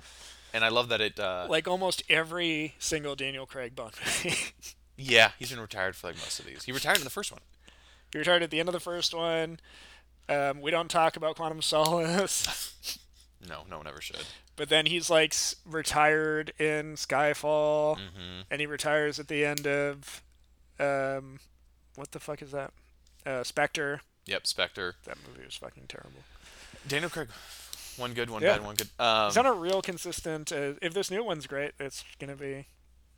Speaker 1: And I love that it. Uh,
Speaker 2: Like almost every single Daniel Craig Bond movie, <laughs>
Speaker 1: yeah, he's been retired for like most of these. He retired in the first one.
Speaker 2: he retired at the end of the first one. Um, we don't talk about Quantum Solace,
Speaker 1: No, no one ever should.
Speaker 2: but then he's like s- retired in Skyfall, and he retires at the end of, um, what the fuck is that? Uh, Spectre.
Speaker 1: Yep, Spectre.
Speaker 2: That movie was fucking terrible.
Speaker 1: Daniel Craig. One good, one
Speaker 2: Yeah.
Speaker 1: bad, one good. Um,
Speaker 2: It's not a real consistent. Uh, if this new one's great, it's gonna be.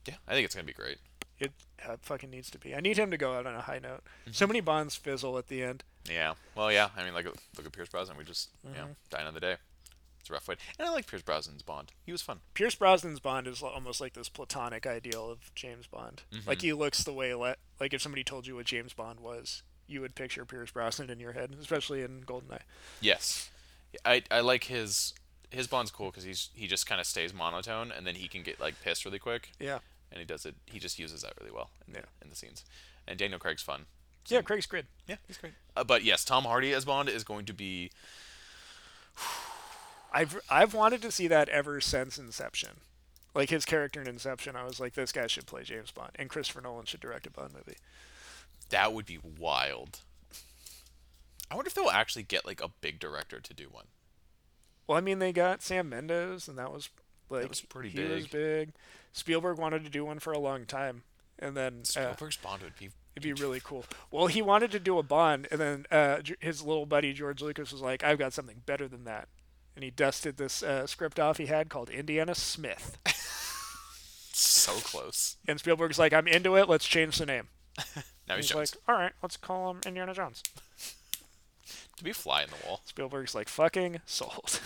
Speaker 1: yeah, I think it's gonna be great.
Speaker 2: It uh, fucking needs to be. I need him to go out on a high note.
Speaker 1: Mhm.
Speaker 2: So many bonds fizzle at the end.
Speaker 1: Yeah. Well, yeah. I mean, like, look at Pierce Brosnan. We just, you know, die another day. It's a rough way. And I like Pierce Brosnan's Bond. He was fun.
Speaker 2: Pierce Brosnan's Bond is l- almost like this platonic ideal of James Bond.
Speaker 1: Mm-hmm.
Speaker 2: Like he looks the way le- like if somebody told you what James Bond was, you would picture Pierce Brosnan in your head, especially in Goldeneye.
Speaker 1: Yes. I I like his Hisbon's cool because he's he just kind of stays monotone, and then he can get like pissed really quick,
Speaker 2: Yeah.
Speaker 1: and he does it. He just uses that really well in,
Speaker 2: Yeah.
Speaker 1: the, in the scenes. And Daniel Craig's fun.
Speaker 2: Yeah, Craig's good.
Speaker 1: Yeah, he's great. Uh, but yes, Tom Hardy as Bond is going to be.
Speaker 2: I've I've wanted to see that ever since Inception. Like his character in Inception, I was like, this guy should play James Bond, and Christopher Nolan should direct a Bond movie.
Speaker 1: That would be wild. I wonder if they'll actually get like a big director to do one.
Speaker 2: Well, I mean, they got Sam Mendes, and that was like
Speaker 1: was pretty
Speaker 2: he was
Speaker 1: big.
Speaker 2: big. Spielberg wanted to do one for a long time, and then uh,
Speaker 1: Spielberg's Bond would be.
Speaker 2: it'd be really cool. Well, he wanted to do a Bond, and then uh, J- his little buddy George Lucas was like, "I've got something better than that," and he dusted this uh, script off he had called Indiana Smith,
Speaker 1: so close.
Speaker 2: and Spielberg's like, "I'm into it. Let's change the name."
Speaker 1: Now he's,
Speaker 2: He's
Speaker 1: Jones.
Speaker 2: like, "All right, let's call him Indiana Jones."
Speaker 1: to be a fly in the wall.
Speaker 2: Spielberg's like fucking sold.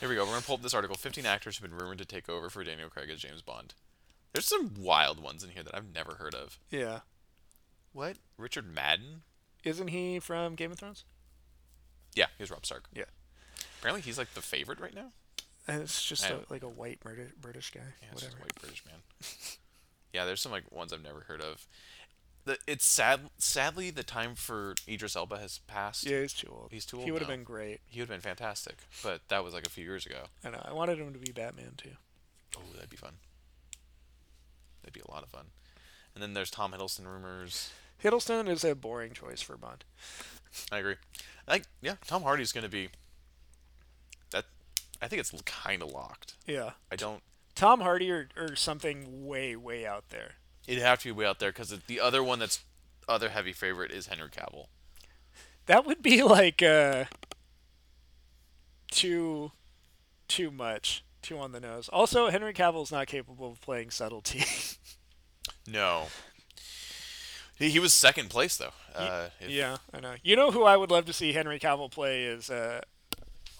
Speaker 1: Here we go. We're gonna pull up this article. Fifteen actors have been rumored to take over for Daniel Craig as James Bond. There's some wild ones in here that I've never heard of.
Speaker 2: yeah.
Speaker 1: What? Richard Madden?
Speaker 2: Isn't he from Game of Thrones?
Speaker 1: Yeah, he's Rob Stark.
Speaker 2: Yeah.
Speaker 1: Apparently, he's like the favorite right now.
Speaker 2: And it's just
Speaker 1: I
Speaker 2: a,
Speaker 1: don't-
Speaker 2: like a white British, British guy.
Speaker 1: Yeah, it's just
Speaker 2: Whatever.
Speaker 1: a white British man. <laughs> yeah, there's some like ones I've never heard of. The, it's sad. Sadly, the time for Idris Elba has passed.
Speaker 2: Yeah, he's too old.
Speaker 1: He's too
Speaker 2: He
Speaker 1: old
Speaker 2: would have
Speaker 1: now.
Speaker 2: been great.
Speaker 1: He would have been fantastic, but that was like a few years ago.
Speaker 2: I know. I wanted him to be Batman too.
Speaker 1: Oh, that'd be fun. That'd be a lot of fun. And then there's Tom Hiddleston rumors.
Speaker 2: Hiddleston is a boring choice for Bond.
Speaker 1: I agree. Like, yeah, Tom Hardy's going to be. That, I think it's kind of locked.
Speaker 2: Yeah.
Speaker 1: I don't.
Speaker 2: Tom Hardy or, or something way way out there.
Speaker 1: It'd have to be way out there because the other one that's other heavy favorite is Henry Cavill.
Speaker 2: That would be like uh too too much, too on the nose. Also, Henry Cavill's not capable of playing <laughs> subtlety.
Speaker 1: No. He, he was second place though. Uh, if-
Speaker 2: Yeah, I know. You know who I would love to see Henry Cavill play is uh,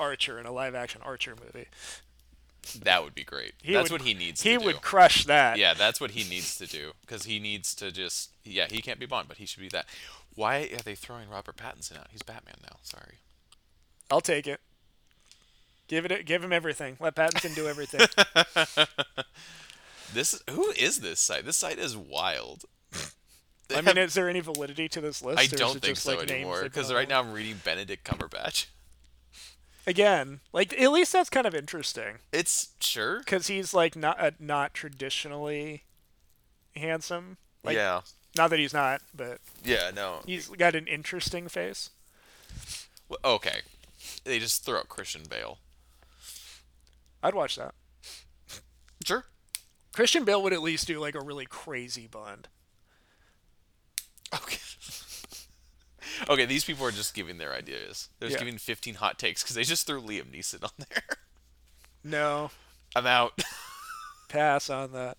Speaker 2: Archer in a live-action Archer movie.
Speaker 1: That would be great.
Speaker 2: He
Speaker 1: that's
Speaker 2: would-
Speaker 1: what he needs. to
Speaker 2: He would
Speaker 1: Do.
Speaker 2: crush that.
Speaker 1: Yeah, that's what he needs to do because he needs to just. Yeah, he can't be Bond, but he should be that. Why are they throwing Robert Pattinson out? He's Batman now. Sorry.
Speaker 2: I'll take it. Give it. Give him everything. Let Pattinson do everything.
Speaker 1: <laughs> This who is this site? This site is wild. They
Speaker 2: I
Speaker 1: have-
Speaker 2: mean, is there any validity to this list?
Speaker 1: I
Speaker 2: or is it
Speaker 1: don't think
Speaker 2: just,
Speaker 1: so
Speaker 2: like, names
Speaker 1: anymore
Speaker 2: they've
Speaker 1: because
Speaker 2: been
Speaker 1: right
Speaker 2: on?
Speaker 1: now I'm reading Benedict Cumberbatch.
Speaker 2: again, like at least that's kind of interesting
Speaker 1: It's sure.
Speaker 2: because he's like not uh, not traditionally handsome. Like,
Speaker 1: yeah.
Speaker 2: Not that he's not, but
Speaker 1: Yeah. No.
Speaker 2: he's got an interesting face.
Speaker 1: Well, Okay. They just throw out Christian Bale.
Speaker 2: I'd watch that.
Speaker 1: Sure.
Speaker 2: Christian Bale would at least do like a really crazy Bond.
Speaker 1: Okay. <laughs> okay, these people are just giving their ideas. They're just
Speaker 2: Yeah.
Speaker 1: giving 15 hot takes because they just threw Liam Neeson on <laughs> there.
Speaker 2: No,
Speaker 1: I'm out. <laughs>
Speaker 2: pass on that.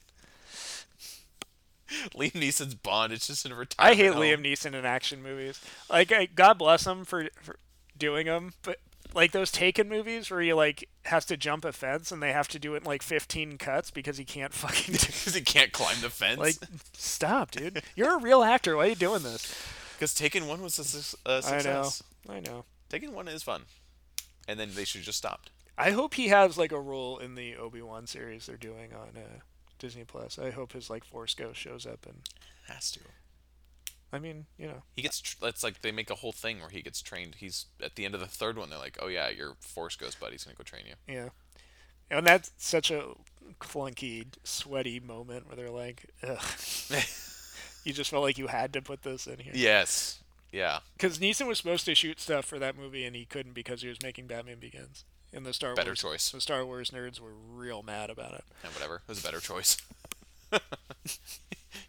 Speaker 1: Liam Neeson's Bond. It's just in a
Speaker 2: I
Speaker 1: retirement.
Speaker 2: hate
Speaker 1: home.
Speaker 2: Liam Neeson in action movies. Like, I, God bless him for, for doing them, but like those Taken movies where he like has to jump a fence and they have to do it in like 15 cuts because he can't <laughs> fucking do.
Speaker 1: because he can't climb the fence.
Speaker 2: Like, stop, dude. You're a real actor. Why are you doing this?
Speaker 1: because Taken One was a, su- a
Speaker 2: I
Speaker 1: success.
Speaker 2: know. I know.
Speaker 1: Taken One is fun, and then they should have just stopped.
Speaker 2: I hope he has like a role in the Obi Wan series they're doing on uh, Disney Plus. I hope his like Force Ghost shows up and.
Speaker 1: Has to.
Speaker 2: I mean, you know.
Speaker 1: He gets. Tr- it's like they make a whole thing where he gets trained. He's at the end of the third one. They're like, "Oh yeah, your Force Ghost buddy's gonna go train you."
Speaker 2: Yeah. And that's such a clunky, sweaty moment where they're like, Ugh. <laughs> you just felt like you had to put this in here.
Speaker 1: Yes. Yeah.
Speaker 2: Because Neeson was supposed to shoot stuff for that movie and he couldn't because he was making Batman Begins. And the Star
Speaker 1: Better
Speaker 2: Wars,
Speaker 1: choice.
Speaker 2: The Star Wars nerds were real mad about it.
Speaker 1: and whatever. It was a better choice. <laughs>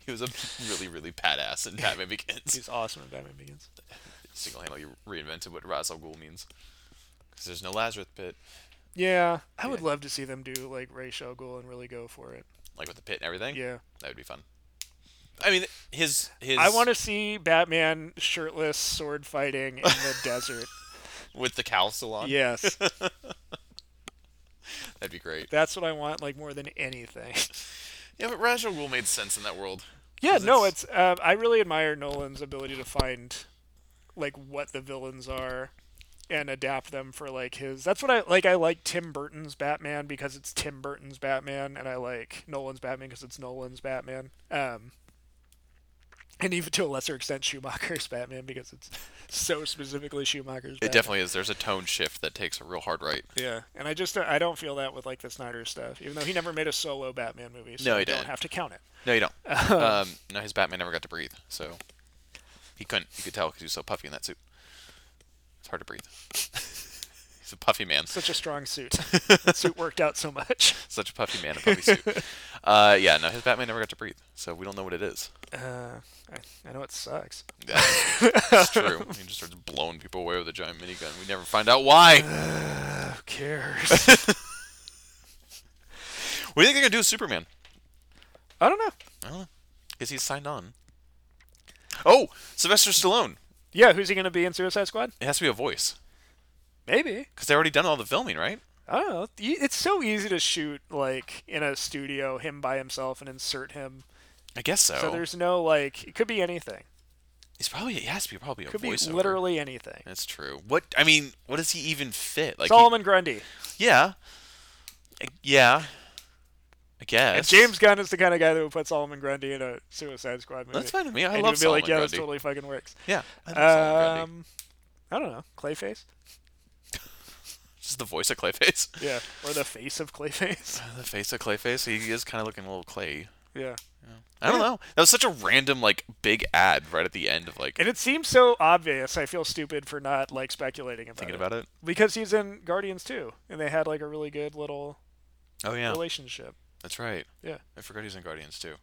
Speaker 1: he was a really, really badass in Batman
Speaker 2: <laughs>
Speaker 1: Begins.
Speaker 2: He's awesome in Batman Begins.
Speaker 1: Single handedly reinvented what Ra's al Ghul means. Because there's no Lazarus pit,
Speaker 2: Yeah, I would
Speaker 1: Yeah.
Speaker 2: love to see them do like Ray Shogul and really go for it.
Speaker 1: like with the pit and everything.
Speaker 2: Yeah,
Speaker 1: That would be fun. I mean, his. his
Speaker 2: I want to see Batman shirtless sword fighting in <laughs> the desert.
Speaker 1: With the cowl still on.
Speaker 2: Yes,
Speaker 1: That'd be great.
Speaker 2: that's what I want like more than anything.
Speaker 1: Yeah, but Ra's al Ghul made sense in that world.
Speaker 2: Yeah,
Speaker 1: 'Cause
Speaker 2: no, it's uh, I really admire Nolan's ability to find like what the villains are and adapt them for like his that's what i like i like tim burton's batman because it's tim burton's batman and i like nolan's batman because it's nolan's batman um and even to a lesser extent schumacher's batman because it's so specifically schumacher's
Speaker 1: It definitely is. There's a tone shift that takes a real hard right.
Speaker 2: yeah and i just i don't feel that with like the snyder stuff even though he never made a solo batman movie so
Speaker 1: No, he
Speaker 2: i don't
Speaker 1: didn't.
Speaker 2: have to count it
Speaker 1: No,
Speaker 2: <laughs>
Speaker 1: you don't.
Speaker 2: Oh.
Speaker 1: um, no, his Batman never got to breathe, so he couldn't. You could tell because he was so puffy in that suit. It's hard to breathe. <laughs> He's a puffy man.
Speaker 2: such a
Speaker 1: <laughs>
Speaker 2: strong suit that suit worked out so much
Speaker 1: Such a puffy man in a puffy
Speaker 2: <laughs>
Speaker 1: suit. Uh, yeah, no, his Batman never got to breathe, so we don't know what it is.
Speaker 2: uh, I, I know it sucks
Speaker 1: That's it's true.
Speaker 2: <laughs>
Speaker 1: He just starts blowing people away with a giant minigun. We never find out why.
Speaker 2: <laughs> who cares
Speaker 1: What do you think they're gonna do with Superman?
Speaker 2: <laughs> i don't know
Speaker 1: I don't know. Is he signed on? Oh, Sylvester Stallone.
Speaker 2: yeah who's he gonna be in suicide squad
Speaker 1: It has to be a voice
Speaker 2: maybe
Speaker 1: because they already done all the filming, right?
Speaker 2: I don't know. Y- It's so easy to shoot like in a studio, him by himself, and insert him.
Speaker 1: I guess so.
Speaker 2: So there's no like. It could be anything.
Speaker 1: It's probably it has to be probably a
Speaker 2: Could be
Speaker 1: voiceover.
Speaker 2: literally anything.
Speaker 1: That's true. What I mean, what does he even fit? Like, he-
Speaker 2: Solomon Grundy.
Speaker 1: yeah, I- yeah, I guess.
Speaker 2: And James Gunn is the kind of guy that would put Solomon Grundy in a Suicide Squad movie.
Speaker 1: that's fine with me. I
Speaker 2: and he
Speaker 1: love
Speaker 2: would be
Speaker 1: Solomon
Speaker 2: like, yeah, this
Speaker 1: Grundy.
Speaker 2: totally fucking works.
Speaker 1: Yeah, I love Solomon Grundy.
Speaker 2: Um, I don't know. Clayface.
Speaker 1: This is the voice of Clayface.
Speaker 2: Yeah, or the face of Clayface.
Speaker 1: <laughs>
Speaker 2: <laughs>
Speaker 1: the face of Clayface. He is kind of looking a little clay. Eh.
Speaker 2: yeah.
Speaker 1: I don't know. That was such a random, like, big ad right at the end of like
Speaker 2: And it seems so obvious. I feel stupid for not like speculating about
Speaker 1: thinking
Speaker 2: it.
Speaker 1: about it.
Speaker 2: because he's in Guardians too, and they had like a really good little
Speaker 1: Oh yeah,
Speaker 2: relationship.
Speaker 1: that's right.
Speaker 2: Yeah.
Speaker 1: I forgot he's in Guardians too.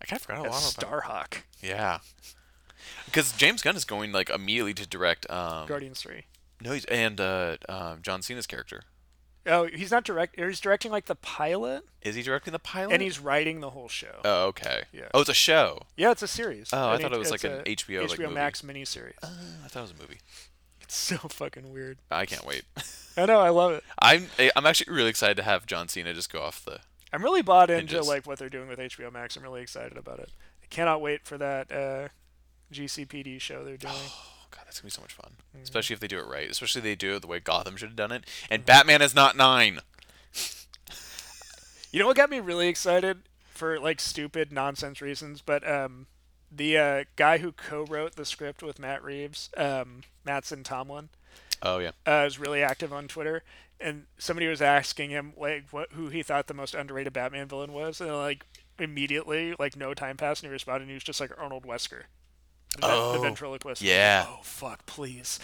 Speaker 1: I kind of forgot a lot
Speaker 2: As
Speaker 1: about.
Speaker 2: Starhawk.
Speaker 1: Yeah, because James Gunn is going like immediately to direct. Um,
Speaker 2: Guardians Three.
Speaker 1: No, he's and uh, um, John Cena's character.
Speaker 2: Oh, he's not direct. or He's directing like the pilot,
Speaker 1: Is he directing the pilot?
Speaker 2: and he's writing the whole show.
Speaker 1: Oh, okay.
Speaker 2: Yeah.
Speaker 1: Oh, it's a show.
Speaker 2: yeah, it's a series.
Speaker 1: Oh, I
Speaker 2: And
Speaker 1: thought it was,
Speaker 2: it's
Speaker 1: like, an
Speaker 2: a
Speaker 1: HBO, like,
Speaker 2: HBO
Speaker 1: movie.
Speaker 2: Max miniseries.
Speaker 1: Uh, I thought it was a movie.
Speaker 2: <laughs> It's so fucking weird.
Speaker 1: I can't wait.
Speaker 2: I know. I love it.
Speaker 1: I'm I- I'm actually really excited to have John Cena just go off the.
Speaker 2: I'm really bought into
Speaker 1: Hinges.
Speaker 2: like what they're doing with HBO Max. I'm really excited about it. I cannot wait for that uh, GCPD show they're doing.
Speaker 1: Oh God, that's gonna be so much fun.
Speaker 2: Mm.
Speaker 1: Especially if they do it right. Especially they do it the way Gotham should have done it. And Batman is not nine.
Speaker 2: You know what got me really excited for like stupid nonsense reasons, but um, the uh, guy who co-wrote the script with Matt Reeves, um, Mattson Tomlin,
Speaker 1: Oh yeah.
Speaker 2: uh, is really active on Twitter, and somebody was asking him like what who he thought the most underrated Batman villain was, and like immediately, like no time passed, and he responded, and he was just like Arnold Wesker, the, ven- the
Speaker 1: Oh,
Speaker 2: ventriloquist.
Speaker 1: yeah.
Speaker 2: Oh fuck! Please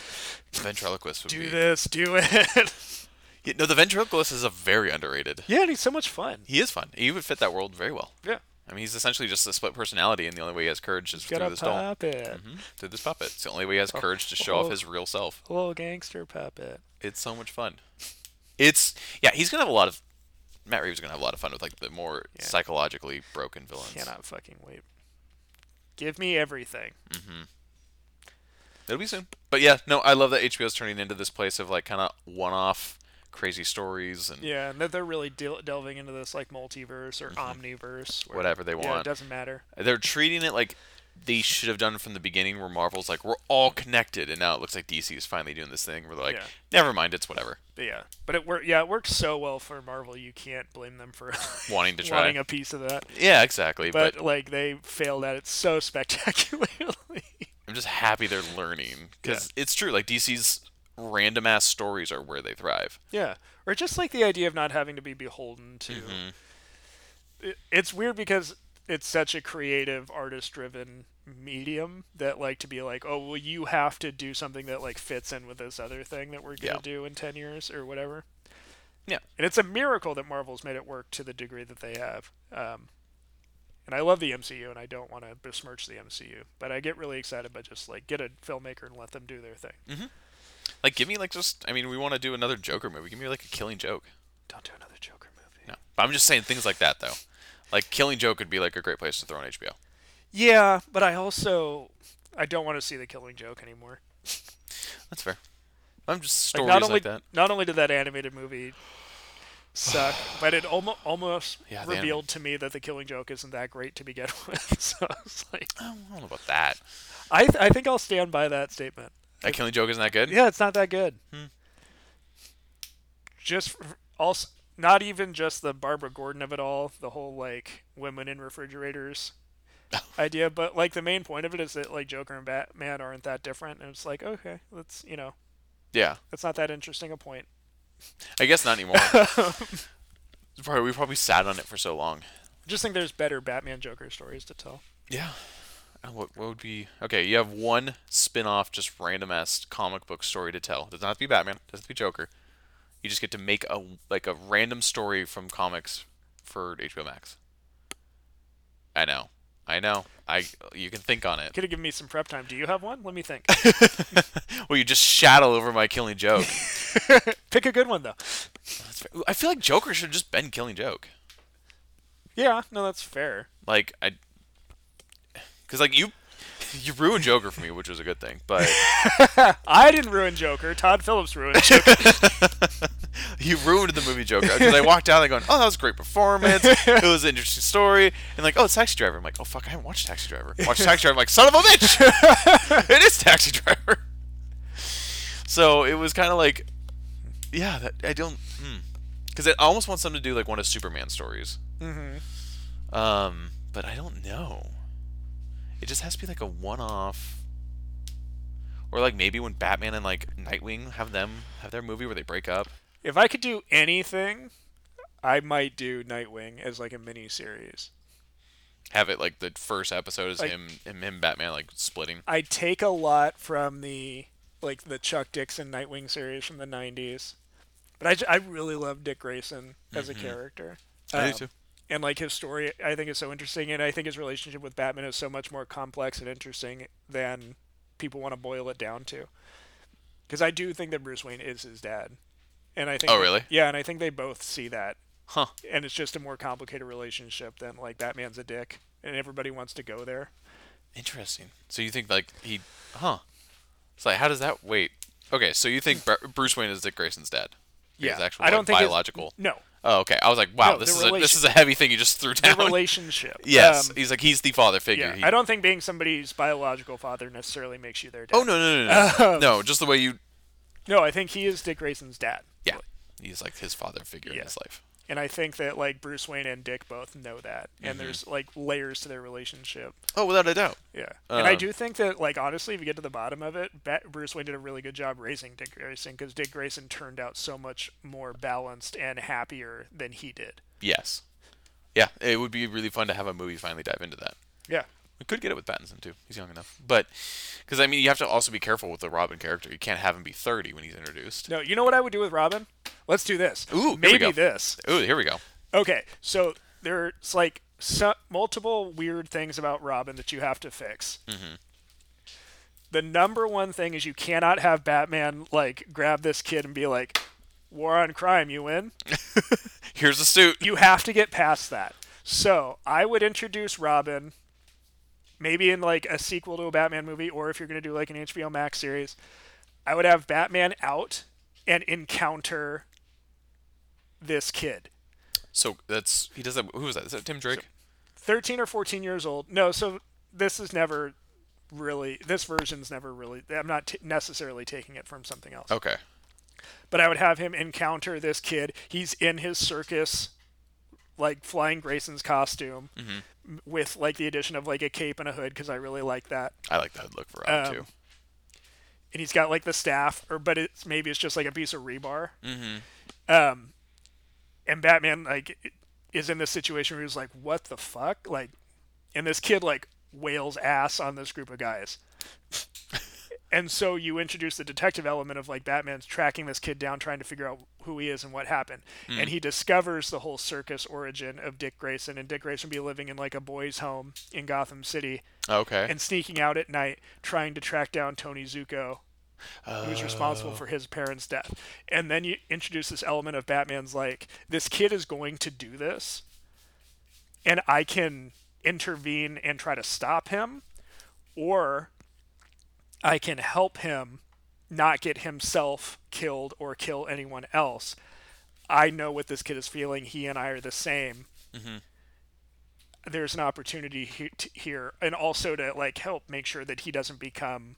Speaker 1: Ventriloquist would
Speaker 2: do
Speaker 1: be.
Speaker 2: this, do it. <laughs>
Speaker 1: Yeah, no, the ventriloquist is a very underrated.
Speaker 2: yeah, and he's so much fun.
Speaker 1: He is fun. He would fit that world very well.
Speaker 2: Yeah,
Speaker 1: I mean, he's essentially just a split personality, and the only way he has courage is through
Speaker 2: gotta
Speaker 1: this doll, Mm-hmm.
Speaker 2: pop it.
Speaker 1: through this puppet. It's the only way he has courage to show
Speaker 2: oh.
Speaker 1: off his real self.
Speaker 2: Little gangster puppet.
Speaker 1: it's so much fun. It's yeah, he's gonna have a lot of Matt Reeves is gonna have a lot of fun with like the more psychologically broken villains.
Speaker 2: Cannot fucking wait. Give me everything.
Speaker 1: It'll be soon. But yeah, no, I love that HBO's turning into this place of like kind of one-off crazy stories and
Speaker 2: Yeah, and that they're really del- delving into this like multiverse or omniverse, where,
Speaker 1: Mm-hmm. whatever they
Speaker 2: Yeah, it
Speaker 1: want.
Speaker 2: doesn't matter.
Speaker 1: They're treating it like they should have done from the beginning, where Marvel's like we're all connected, and now it looks like DC is finally doing this thing where they're like,
Speaker 2: Yeah.
Speaker 1: never mind, it's whatever.
Speaker 2: But yeah, but it worked. Yeah, it worked so well for Marvel. You can't blame them for
Speaker 1: <laughs> Wanting to try.
Speaker 2: <laughs> wanting a piece of that.
Speaker 1: Yeah, exactly.
Speaker 2: But,
Speaker 1: But,
Speaker 2: like they failed at it so <laughs> spectacularly.
Speaker 1: I'm just happy they're learning because it's true. Like DC's random ass stories are where they thrive.
Speaker 2: yeah, or just like the idea of not having to be beholden to.
Speaker 1: Mm-hmm.
Speaker 2: It- it's weird because it's such a creative, artist-driven medium that like to be like, oh, well, you have to do something that like fits in with this other thing that we're gonna
Speaker 1: Yeah.
Speaker 2: do in ten years or whatever.
Speaker 1: Yeah.
Speaker 2: And it's a miracle that Marvel's made it work to the degree that they have. Um, and I love the MCU, and I don't want to besmirch the MCU, but I get really excited by just like get a filmmaker and let them do their thing.
Speaker 1: Mm. Like, give me like just. I mean, we want to do another Joker movie. Give me like a Killing Joke.
Speaker 2: Don't do another Joker movie.
Speaker 1: No, but I'm just saying things like that though. Like Killing Joke would be like a great place to throw on HBO.
Speaker 2: Yeah, but I also I don't want to see the Killing Joke anymore.
Speaker 1: That's fair. I'm just
Speaker 2: Like,
Speaker 1: stories
Speaker 2: not
Speaker 1: like,
Speaker 2: only
Speaker 1: that.
Speaker 2: not only did that animated movie
Speaker 1: <sighs>
Speaker 2: suck, but it almost almost
Speaker 1: Yeah, the
Speaker 2: revealed
Speaker 1: anime-
Speaker 2: to me that the Killing Joke isn't that great to begin <laughs> with. so I was like,
Speaker 1: I don't know about that.
Speaker 2: I th- I think I'll stand by that statement.
Speaker 1: That Killing Joke isn't that good?
Speaker 2: Yeah, it's not that good. Just f- also not even just the Barbara Gordon of it all, the whole like women in refrigerators idea, but like the main point of it is that like Joker and Batman aren't that different, and it's like okay, that's you know
Speaker 1: Yeah.
Speaker 2: that's not that interesting a point.
Speaker 1: I guess not
Speaker 2: <laughs>
Speaker 1: anymore. probably, we probably sat on it for so long.
Speaker 2: Just think there's better Batman Joker stories to tell.
Speaker 1: Yeah. Uh, What, what would be okay? You have one spin-off, just random ass comic book story to tell. Doesn't have to be Batman. Doesn't have to be Joker. You just get to make a like a random story from comics for HBO Max. I know. I know. I you can think on it.
Speaker 2: Could have given me some prep time. Do you have one? Let me think.
Speaker 1: Well, you just shadow over my killing joke. <laughs>
Speaker 2: Pick a good one though.
Speaker 1: That's fair. Ooh, I feel like Joker should have just been killing joke.
Speaker 2: Yeah, no, that's fair.
Speaker 1: Like I, because like you, <laughs> you ruined Joker for me, which was a good thing. But
Speaker 2: I didn't ruin Joker. Todd Phillips ruined Joker.
Speaker 1: you ruined the movie Joker because I walked out there going, "Oh, that was a great performance. It was an interesting story." And like, "Oh, it's Taxi Driver." I'm like, "Oh fuck, I haven't watched Taxi Driver." Watch Taxi Driver. I'm like, "Son of a
Speaker 2: <laughs>
Speaker 1: bitch, it is Taxi Driver." So it was kind of like, yeah, that, I don't, because I almost want them to do like one of Superman stories. Mm-hmm. Um, but I don't know. It just has to be like a one-off. Or like maybe when Batman and like Nightwing have them have their movie where they break up.
Speaker 2: If I could do anything, I might do Nightwing as like a mini series.
Speaker 1: have it like the first episode is
Speaker 2: Like-
Speaker 1: him, him him Batman like splitting.
Speaker 2: I take a lot from the like the Chuck Dixon Nightwing series from the '90s, but I, j- I really love Dick Grayson as a character.
Speaker 1: Mm-hmm. I do
Speaker 2: Um,
Speaker 1: too.
Speaker 2: And like his story, I think is so interesting, and I think his relationship with Batman is so much more complex and interesting than people want to boil it down to. Because I do think that Bruce Wayne is his dad, and I think
Speaker 1: Oh,
Speaker 2: that-
Speaker 1: really?
Speaker 2: yeah, and I think they both see that
Speaker 1: Huh.
Speaker 2: and it's just a more complicated relationship than like Batman's a dick and everybody wants to go there.
Speaker 1: Interesting. So you think like he huh. It's like how does that wait? Okay, so you think Br- Bruce Wayne is Dick Grayson's dad? His actual
Speaker 2: I don't
Speaker 1: like,
Speaker 2: think it's-
Speaker 1: biological. <laughs>
Speaker 2: No,
Speaker 1: Oh, okay. I was like, wow,
Speaker 2: No,
Speaker 1: this
Speaker 2: the
Speaker 1: is a
Speaker 2: relation-
Speaker 1: this is a heavy thing you just threw
Speaker 2: the
Speaker 1: down.
Speaker 2: relationship.
Speaker 1: <laughs> yes,
Speaker 2: Um,
Speaker 1: he's like he's the father figure.
Speaker 2: yeah,
Speaker 1: He-
Speaker 2: I don't think being somebody's biological father necessarily makes you their dad.
Speaker 1: oh no no no
Speaker 2: <laughs>
Speaker 1: no. no, just the way you.
Speaker 2: no, I think he is Dick Grayson's dad.
Speaker 1: Yeah, he's like his father figure in
Speaker 2: Yeah.
Speaker 1: his life.
Speaker 2: And I think that like Bruce Wayne and Dick both know that,
Speaker 1: Mm-hmm.
Speaker 2: and there's like layers to their relationship.
Speaker 1: Oh, without a doubt.
Speaker 2: Yeah, and I
Speaker 1: Um,
Speaker 2: do think that like honestly, if you get to the bottom of it, Bat- Bruce Wayne did a really good job raising Dick Grayson because Dick Grayson turned out so much more balanced and happier than he did.
Speaker 1: Yes. Yeah, it would be really fun to have a movie finally dive into that.
Speaker 2: Yeah,
Speaker 1: We could get it with Pattinson too. He's young enough, but because I mean, you have to also be careful with the Robin character. You can't have him be thirty when he's introduced.
Speaker 2: No, you know what I would do with Robin? Let's do this.
Speaker 1: Ooh, here we
Speaker 2: maybe
Speaker 1: go.
Speaker 2: this.
Speaker 1: Ooh, here we go.
Speaker 2: Okay, so there's like so, multiple weird things about Robin that you have to fix. Mm-hmm. The number one thing is you cannot have Batman like grab this kid and be like, "War on crime, you win."
Speaker 1: Here's the suit.
Speaker 2: you have to get past that. So I would introduce Robin, maybe in like a sequel to a Batman movie, or if you're gonna do like an HBO Max series, I would have Batman out and encounter this kid,
Speaker 1: So that's he does that. Who was that? Is that Tim Drake?
Speaker 2: thirteen or fourteen years old. No, so this is never really this version's never really. I'm not t- necessarily taking it from something else.
Speaker 1: okay.
Speaker 2: but I would have him encounter this kid. He's in his circus, like flying Grayson's costume, m- with like the addition of like a cape and a hood because I really like that.
Speaker 1: I like that look for Robin
Speaker 2: Um,
Speaker 1: too.
Speaker 2: And he's got like the staff, or but it's maybe it's just like a piece of rebar. Mm-hmm. Um, and Batman like is in this situation where he's like, "What the fuck?" Like, and this kid like wails ass on this group of guys. and so you introduce the detective element of like Batman's tracking this kid down, trying to figure out who he is and what happened. And he discovers the whole circus origin of Dick Grayson, and Dick Grayson be living in like a boys' home in Gotham City
Speaker 1: Okay.
Speaker 2: and sneaking out at night, trying to track down Tony Zuko, who's responsible for his parents' death. And then you introduce this element of Batman's like, this kid is going to do this, and I can intervene and try to stop him, or I can help him not get himself killed or kill anyone else. I know what this kid is feeling. He and I are the same. There's an opportunity he- t- here, and also to like help make sure that he doesn't become,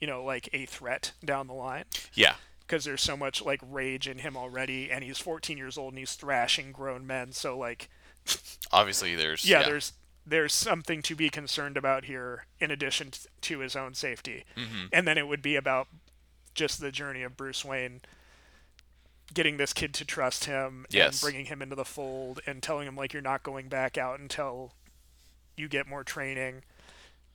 Speaker 2: you know, like a threat down the line
Speaker 1: Yeah.
Speaker 2: because there's so much like rage in him already, and he's 14 years old and he's thrashing grown men. So like,
Speaker 1: Obviously, there's
Speaker 2: yeah, there's there's something to be concerned about here in addition t- to his own safety. And then it would be about just the journey of Bruce Wayne getting this kid to trust him
Speaker 1: Yes.
Speaker 2: and bringing him into the fold and telling him like you're not going back out until you get more training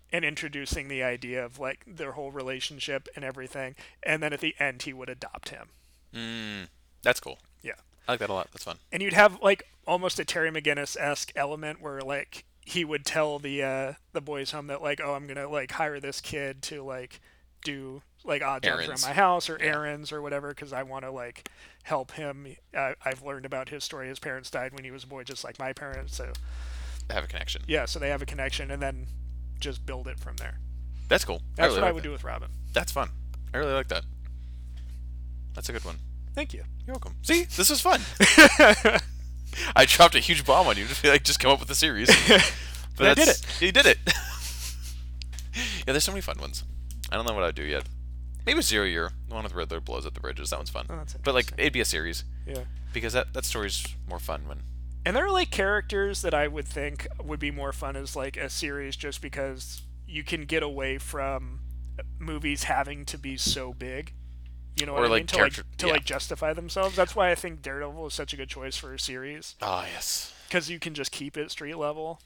Speaker 2: and introducing the idea of like their whole relationship and everything and then at the end he would adopt him.
Speaker 1: that's cool.
Speaker 2: Yeah
Speaker 1: I like that a lot. That's fun.
Speaker 2: and you'd have like almost a Terry McGinnis esque element where like he would tell the uh, the boys home that like oh I'm gonna like hire this kid to like do like odd jobs around
Speaker 1: Errands.
Speaker 2: my house or errands or whatever because I want to like help him. Uh, I've learned about his story. His parents died when he was a boy, just like my parents. So
Speaker 1: They have a connection.
Speaker 2: yeah, so they have a connection, and then just build it from there.
Speaker 1: That's cool.
Speaker 2: That's
Speaker 1: really
Speaker 2: what I
Speaker 1: like
Speaker 2: would
Speaker 1: that.
Speaker 2: do with Robin.
Speaker 1: That's fun. I really like that. That's a good one.
Speaker 2: Thank you.
Speaker 1: You're welcome. See, this was <laughs> fun. I dropped a huge bomb on you to be like just come up with a <laughs> series. But
Speaker 2: I did
Speaker 1: that's- You did it. <laughs> yeah, there's so many fun ones. I don't know what I'd do yet. Maybe Zero Year, the one with Riddler blows up the bridges. That one's fun.
Speaker 2: that's
Speaker 1: but like,
Speaker 2: interesting.
Speaker 1: it'd be a series
Speaker 2: Yeah.
Speaker 1: because that that story's more fun when.
Speaker 2: And there are like characters that I would think would be more fun as like a series just because you can get away from movies having to be so big. You know what
Speaker 1: Or,
Speaker 2: I
Speaker 1: like,
Speaker 2: mean? To like,
Speaker 1: character-
Speaker 2: to
Speaker 1: yeah.
Speaker 2: like justify themselves. That's why I think Daredevil is such a good choice for a series
Speaker 1: Ah, yes.
Speaker 2: because you can just keep it street level.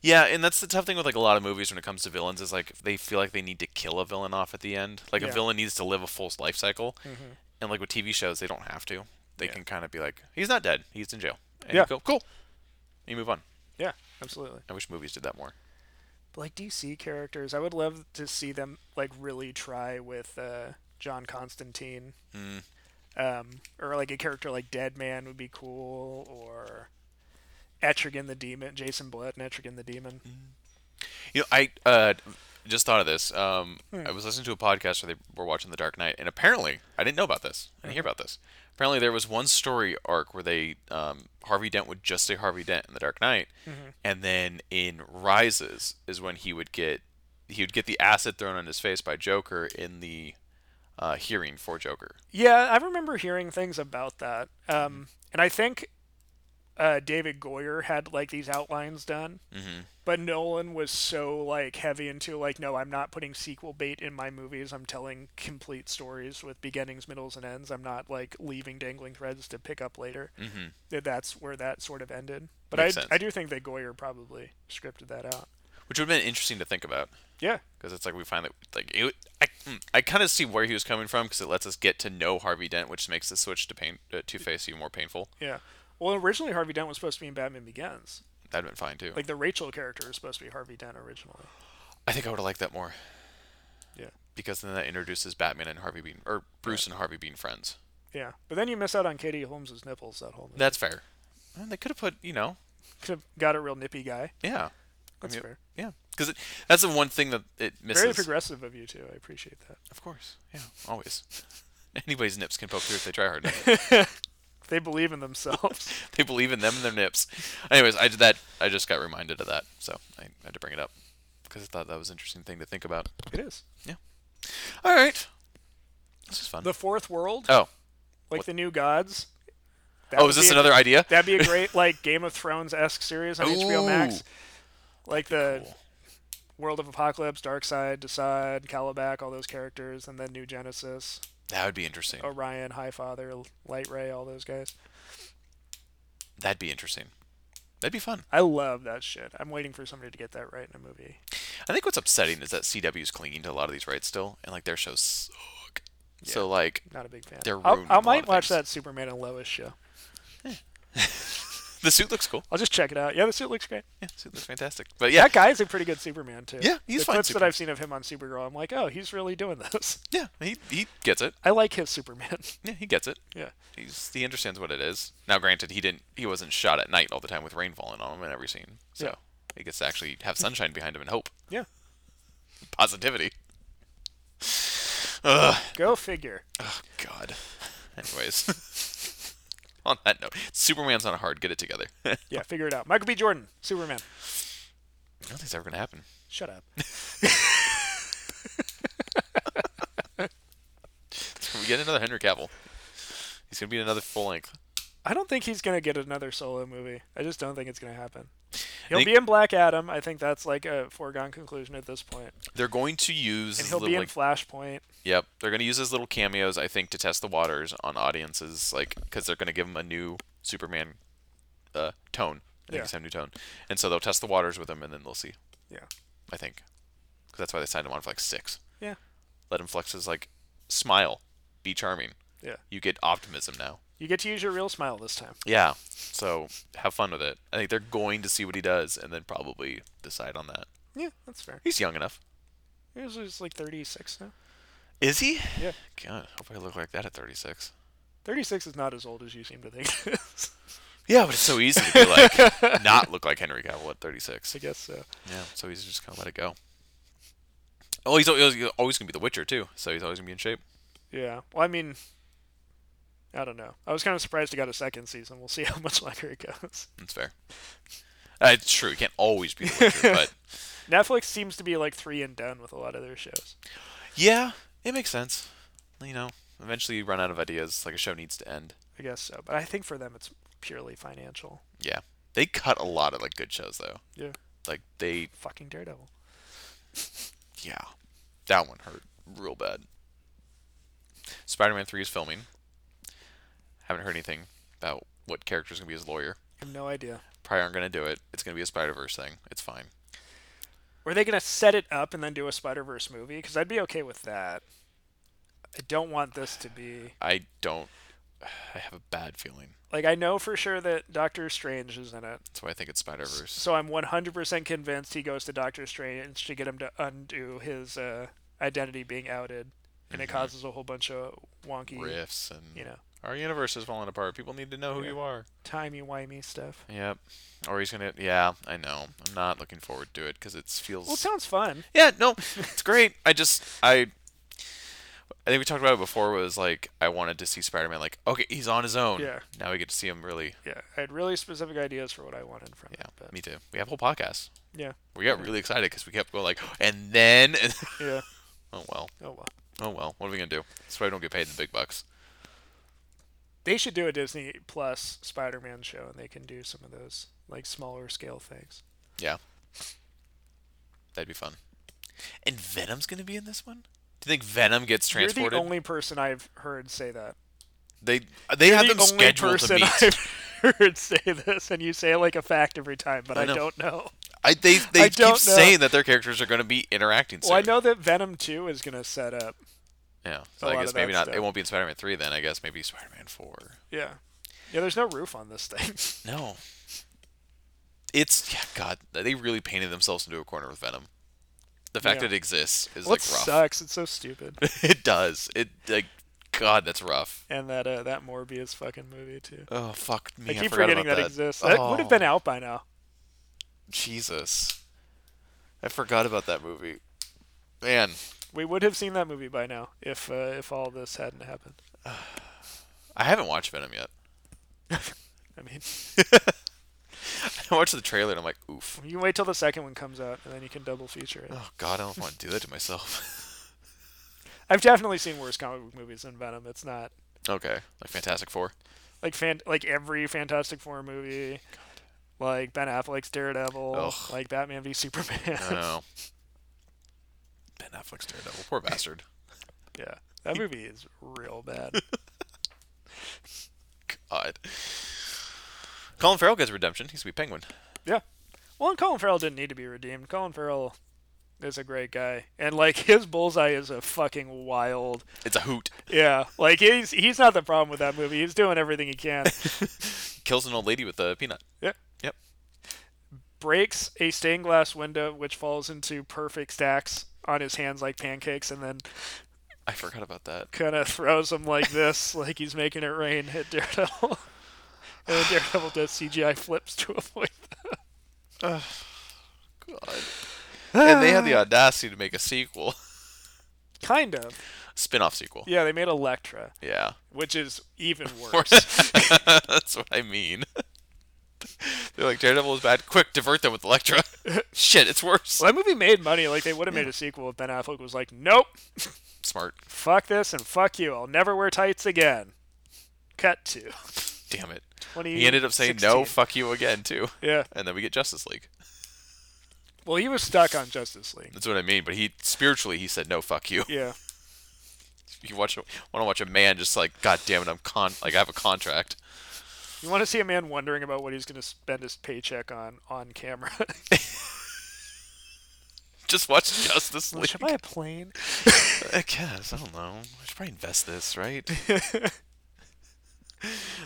Speaker 1: Yeah, and that's the tough thing with like a lot of movies when it comes to villains is like they feel like they need to kill a villain off at the end. Like a
Speaker 2: Yeah. Mm-hmm.
Speaker 1: villain needs to live a full life cycle, and like with TV shows, they don't have to. They can kind of be like, he's not dead, he's in jail. And
Speaker 2: Yeah.
Speaker 1: You go cool. And you move on.
Speaker 2: Yeah, absolutely.
Speaker 1: I wish movies did that more.
Speaker 2: But like DC characters, I would love to see them like really try with uh, John Constantine, um, or like a character like Deadman would be cool, or Etrigan the Demon, Jason Blood, and Etrigan the Demon.
Speaker 1: You know, I uh, just thought of this. Um, I was listening to a podcast where they were watching The Dark Knight, and apparently, I didn't know about this. I didn't hear about this. Apparently, there was one story arc where they um, Harvey Dent would just say Harvey Dent in The Dark Knight, and then in Rises is when he would get he would get the acid thrown on his face by Joker in the uh, hearing for Joker.
Speaker 2: Yeah, I remember hearing things about that, um, and I think uh, David Goyer had like these outlines done,
Speaker 1: Mm-hmm.
Speaker 2: but Nolan was so like heavy into like, no, I'm not putting sequel bait in my movies. I'm telling complete stories with beginnings, middles, and ends. I'm not like leaving dangling threads to pick up later. Mm-hmm. That that's where that sort of ended. But
Speaker 1: Makes
Speaker 2: I
Speaker 1: sense.
Speaker 2: I do think that Goyer probably scripted that out.
Speaker 1: Which would have been interesting to think about.
Speaker 2: Yeah,
Speaker 1: because it's like we find that like it, would- I, mm, I kind of see where he was coming from because it lets us get to know Harvey Dent, which makes the switch to pain uh, Two Face even more painful.
Speaker 2: yeah. Well, originally Harvey Dent was supposed to be in Batman Begins.
Speaker 1: That'd been fine too.
Speaker 2: Like the Rachel character was supposed to be Harvey Dent originally.
Speaker 1: I think I would have liked that more
Speaker 2: Yeah.
Speaker 1: because then that introduces Batman and Harvey being or Bruce and Harvey being friends.
Speaker 2: Yeah, but then you miss out on Katie Holmes's nipples that whole movie.
Speaker 1: That's fair. And they could have put you know
Speaker 2: Could have got a real nippy guy.
Speaker 1: yeah
Speaker 2: That's
Speaker 1: Yep.
Speaker 2: fair.
Speaker 1: yeah because that's the one thing that it misses.
Speaker 2: Very progressive of you two. I appreciate that.
Speaker 1: of course, yeah, always. <laughs> Anybody's nips can poke through if they try hard enough.
Speaker 2: They believe in themselves.
Speaker 1: <laughs> they believe in them and their nips. Anyways, I did that. I just got reminded of that, so I had to bring it up because I thought that was an interesting thing to think about.
Speaker 2: it is
Speaker 1: All right, this is fun.
Speaker 2: the fourth world,
Speaker 1: oh,
Speaker 2: like the new gods. That
Speaker 1: oh,
Speaker 2: would
Speaker 1: is
Speaker 2: be
Speaker 1: this
Speaker 2: a-
Speaker 1: another idea?
Speaker 2: That'd
Speaker 1: <laughs>
Speaker 2: be a great like Game of Thrones esque series on HBO Max.
Speaker 1: Ooh.
Speaker 2: Like the World of Apocalypse, Dark Side, Decide, Calabac, all those characters, and then New Genesis,
Speaker 1: That would be interesting.
Speaker 2: Orion, Highfather, Light Ray, all those guys.
Speaker 1: That'd be interesting. That'd be fun.
Speaker 2: I love that shit. I'm waiting for somebody to get that right in a movie.
Speaker 1: I think what's upsetting is that CW's clinging to a lot of these rights still, and like their shows suck. So like,
Speaker 2: Not a big fan.
Speaker 1: They're
Speaker 2: I'll-
Speaker 1: ruining
Speaker 2: I
Speaker 1: a lot
Speaker 2: might
Speaker 1: of
Speaker 2: watch
Speaker 1: things.
Speaker 2: that Superman and Lois show.
Speaker 1: the suit looks cool.
Speaker 2: I'll just check it out. Yeah, the suit looks great.
Speaker 1: Yeah, suit looks fantastic. But yeah,
Speaker 2: That guy's a pretty good Superman too.
Speaker 1: Yeah, he's
Speaker 2: the
Speaker 1: fine
Speaker 2: clips that
Speaker 1: Superman.
Speaker 2: I've seen of him on Supergirl, I'm like, oh, he's really doing this. <laughs>
Speaker 1: yeah, he he gets it.
Speaker 2: I like his Superman. <laughs>
Speaker 1: Yeah, he gets it.
Speaker 2: yeah,
Speaker 1: He's, he understands what it is. Now, granted, he didn't. He wasn't shot at night all the time with rain falling on him in every scene. So
Speaker 2: Yeah.
Speaker 1: he gets to actually have sunshine behind him and hope,
Speaker 2: yeah.
Speaker 1: positivity.
Speaker 2: Go figure.
Speaker 1: Oh God. Anyways, <laughs> on that note, Superman's not hard. Get it together. <laughs> I
Speaker 2: Yeah, figure it out. Michael B. Jordan, Superman.
Speaker 1: don't think it's ever gonna happen.
Speaker 2: Shut up.
Speaker 1: <laughs> We get another Henry Cavill. He's gonna be in another full length.
Speaker 2: I don't think he's gonna get another solo movie. I just don't think it's gonna happen. He'll
Speaker 1: think-
Speaker 2: be in Black Adam. I think that's like a foregone conclusion at this point.
Speaker 1: They're going to use
Speaker 2: And
Speaker 1: his
Speaker 2: he'll
Speaker 1: little,
Speaker 2: be in
Speaker 1: like,
Speaker 2: Flashpoint.
Speaker 1: yep. They're gonna use his little cameos, I think, to test the waters on audiences, like because they're gonna give him a new Superman uh, tone. I think
Speaker 2: Yeah.
Speaker 1: it's a new tone, and so they'll test the waters with him, and then they'll see.
Speaker 2: Yeah.
Speaker 1: I think, because that's why they signed him on for like six.
Speaker 2: Yeah.
Speaker 1: Let him flex his like smile, be charming.
Speaker 2: Yeah.
Speaker 1: You get optimism now.
Speaker 2: You get to use your real smile this time.
Speaker 1: Yeah. So have fun with it. I think they're going to see what he does and then probably decide on that.
Speaker 2: Yeah, that's fair.
Speaker 1: He's young enough.
Speaker 2: He's he's like 36 now.
Speaker 1: Is he?
Speaker 2: Yeah.
Speaker 1: God, I hope I look like that at 36.
Speaker 2: 36 is not as old as you seem to think <laughs> it is.
Speaker 1: Yeah, but it's so easy to be like not look like Henry Cavill at 36.
Speaker 2: I guess so.
Speaker 1: Yeah. So he's just kind of let it go. Oh, he's al- he's always gonna be the Witcher too, so he's always gonna be in shape.
Speaker 2: Yeah. Well, I mean, I don't know. I was kind of surprised he got a second season. We'll see <laughs> how much longer it goes.
Speaker 1: That's fair. Uh, it's true. He can't always be the Witcher, but
Speaker 2: Netflix seems to be like three and done with a lot of their shows.
Speaker 1: Yeah, it makes sense. You know, eventually you run out of ideas. Like a show needs to end.
Speaker 2: I guess so. But I think for them, it's purely financial.
Speaker 1: Yeah, they cut a lot of like good shows though.
Speaker 2: Yeah.
Speaker 1: Like they,
Speaker 2: Fucking Daredevil.
Speaker 1: yeah, that one hurt real bad. Spider-Man Three is filming. Haven't heard anything about what character's gonna be his lawyer.
Speaker 2: I have no idea.
Speaker 1: Probably aren't gonna do it. It's gonna be a Spider Verse thing. It's fine.
Speaker 2: Were they going to set it up and then do a Spider Verse movie? Because I'd be okay with that. I don't want this to be.
Speaker 1: I don't. I have a bad feeling.
Speaker 2: Like, I know for sure that Doctor Strange is in it.
Speaker 1: That's why I think it's Spider Verse.
Speaker 2: So I'm 100% convinced he goes to Doctor Strange to get him to undo his uh, identity being outed. And
Speaker 1: Mm-hmm.
Speaker 2: it causes a whole bunch of wonky,
Speaker 1: Riffs and
Speaker 2: you know,
Speaker 1: our universe is falling apart. People need to know who
Speaker 2: Yeah.
Speaker 1: you are.
Speaker 2: timey-wimey stuff.
Speaker 1: Yep. Or he's gonna. Yeah, I know. I'm not looking forward to it because it feels.
Speaker 2: Well, it sounds fun.
Speaker 1: yeah, no, it's great. I just I. I think we talked about it before. Was like I wanted to see Spider-Man. Like, okay, he's on his own.
Speaker 2: Yeah.
Speaker 1: Now we get to see him really.
Speaker 2: Yeah, I had really specific ideas for what I wanted from
Speaker 1: Yeah.
Speaker 2: it. But
Speaker 1: Me too. We have a whole podcast.
Speaker 2: yeah,
Speaker 1: We got really excited because we kept going like, and then. <laughs> and-
Speaker 2: yeah.
Speaker 1: oh well.
Speaker 2: Oh, well.
Speaker 1: Oh well. What are we gonna do? That's why we don't get paid the big bucks.
Speaker 2: They should do a Disney Plus Spider-Man show, and they can do some of those, like, smaller scale things.
Speaker 1: Yeah. That'd be fun. And Venom's gonna be in this one. Do you think Venom gets
Speaker 2: You're
Speaker 1: transported?
Speaker 2: the only person I've heard say that.
Speaker 1: They they have
Speaker 2: the
Speaker 1: them
Speaker 2: only
Speaker 1: scheduled to
Speaker 2: person
Speaker 1: meet.
Speaker 2: I've <laughs> heard say this, and you say it like a fact every time, but
Speaker 1: I
Speaker 2: I,
Speaker 1: know.
Speaker 2: don't know.
Speaker 1: I, they they
Speaker 2: <laughs> I
Speaker 1: keep
Speaker 2: don't know.
Speaker 1: saying that their characters are going to be interacting soon.
Speaker 2: Well, I know that Venom 2 is going to set up.
Speaker 1: Yeah, so
Speaker 2: a
Speaker 1: I
Speaker 2: lot
Speaker 1: guess
Speaker 2: of
Speaker 1: maybe
Speaker 2: that
Speaker 1: not. It
Speaker 2: stuff.
Speaker 1: won't be in Spider-Man three then. I guess maybe Spider-Man four.
Speaker 2: Yeah. Yeah, there's no roof on this thing.
Speaker 1: No, it's yeah. God, they really painted themselves into a corner with Venom. The fact
Speaker 2: Yeah.
Speaker 1: that it exists is
Speaker 2: well,
Speaker 1: like
Speaker 2: it
Speaker 1: rough.
Speaker 2: sucks. It's so stupid.
Speaker 1: <laughs> it does. It like God, that's rough.
Speaker 2: and that uh, that Morbius fucking movie, too.
Speaker 1: Oh fuck me!
Speaker 2: I keep
Speaker 1: forgot
Speaker 2: forgetting
Speaker 1: about
Speaker 2: that, exists. That would have been
Speaker 1: Oh,
Speaker 2: out by now.
Speaker 1: Jesus, I forgot about that movie. Man,
Speaker 2: We would have seen that movie by now if uh, if all this hadn't happened.
Speaker 1: I haven't watched Venom yet. <laughs>
Speaker 2: I mean, <laughs>
Speaker 1: I watched the trailer and I'm like,
Speaker 2: <laughs>
Speaker 1: oof.
Speaker 2: you can wait till the second one comes out, and then you can double feature it.
Speaker 1: Oh God, I don't want to do that to myself. <laughs>
Speaker 2: I've definitely seen worse comic book movies than Venom. It's not
Speaker 1: okay, like Fantastic Four.
Speaker 2: like fan like every Fantastic Four movie, like Ben Affleck's Daredevil,
Speaker 1: Ugh.
Speaker 2: like Batman v Superman.
Speaker 1: I know. <laughs> Ben Affleck's Daredevil, poor bastard.
Speaker 2: yeah, that movie is real bad.
Speaker 1: God. Uh, Colin Farrell gets redemption. He's gonna be Penguin.
Speaker 2: <laughs> yeah, well, and Colin Farrell didn't need to be redeemed. Colin Farrell is a great guy, and like <laughs> his bullseye is a fucking wild.
Speaker 1: It's a hoot.
Speaker 2: Yeah, like he's he's not the problem with that movie. He's doing everything he <laughs> can.
Speaker 1: Kills an old lady with a peanut.
Speaker 2: yeah.
Speaker 1: Yep.
Speaker 2: breaks a stained glass window which falls into perfect stacks on his hands like pancakes and then
Speaker 1: I forgot about that.
Speaker 2: kind of throws him like <laughs> this like he's making it rain at daredevil <laughs> and then daredevil does cgi flips to avoid that
Speaker 1: God. and they had the audacity to make a sequel, <laughs>
Speaker 2: kind of
Speaker 1: spin-off sequel.
Speaker 2: yeah they made electra
Speaker 1: Yeah.
Speaker 2: which is even <laughs> worse
Speaker 1: <laughs> That's what I mean. <laughs> They're like Daredevil is bad. Quick, divert them with Elektra. <laughs> Shit, it's worse.
Speaker 2: well that movie made money like they would have made a sequel if ben affleck was like nope
Speaker 1: Smart.
Speaker 2: Fuck this and fuck you. I'll never wear tights again. Cut to
Speaker 1: Damn it.
Speaker 2: 20.
Speaker 1: He ended up saying no, fuck you again too.
Speaker 2: Yeah.
Speaker 1: And then we get Justice League.
Speaker 2: Well, he was stuck on Justice League.
Speaker 1: That's what I mean. But he spiritually he said no, fuck you.
Speaker 2: Yeah.
Speaker 1: You watch want to watch a man just like God damn it, I'm con like I have a contract. <laughs>
Speaker 2: You want to see a man wondering about what he's going to spend his paycheck on on camera. <laughs>
Speaker 1: Just watch Justice League.
Speaker 2: Should I buy a plane?
Speaker 1: <laughs> I guess I don't know. I should probably invest this, <laughs> right?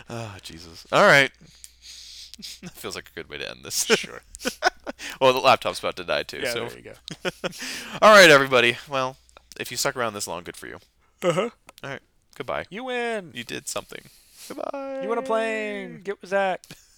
Speaker 1: oh Jesus! All right, <laughs> that feels like a good way to end this. Sure. <laughs> well, the laptop's about to die too.
Speaker 2: Yeah,
Speaker 1: so,
Speaker 2: there you go.
Speaker 1: <laughs> all right, everybody. Well, if you stuck around this long, good for you.
Speaker 2: Uh-huh.
Speaker 1: All right. Goodbye.
Speaker 2: You win.
Speaker 1: You did something. Goodbye.
Speaker 2: You want a plane? Get with Zach.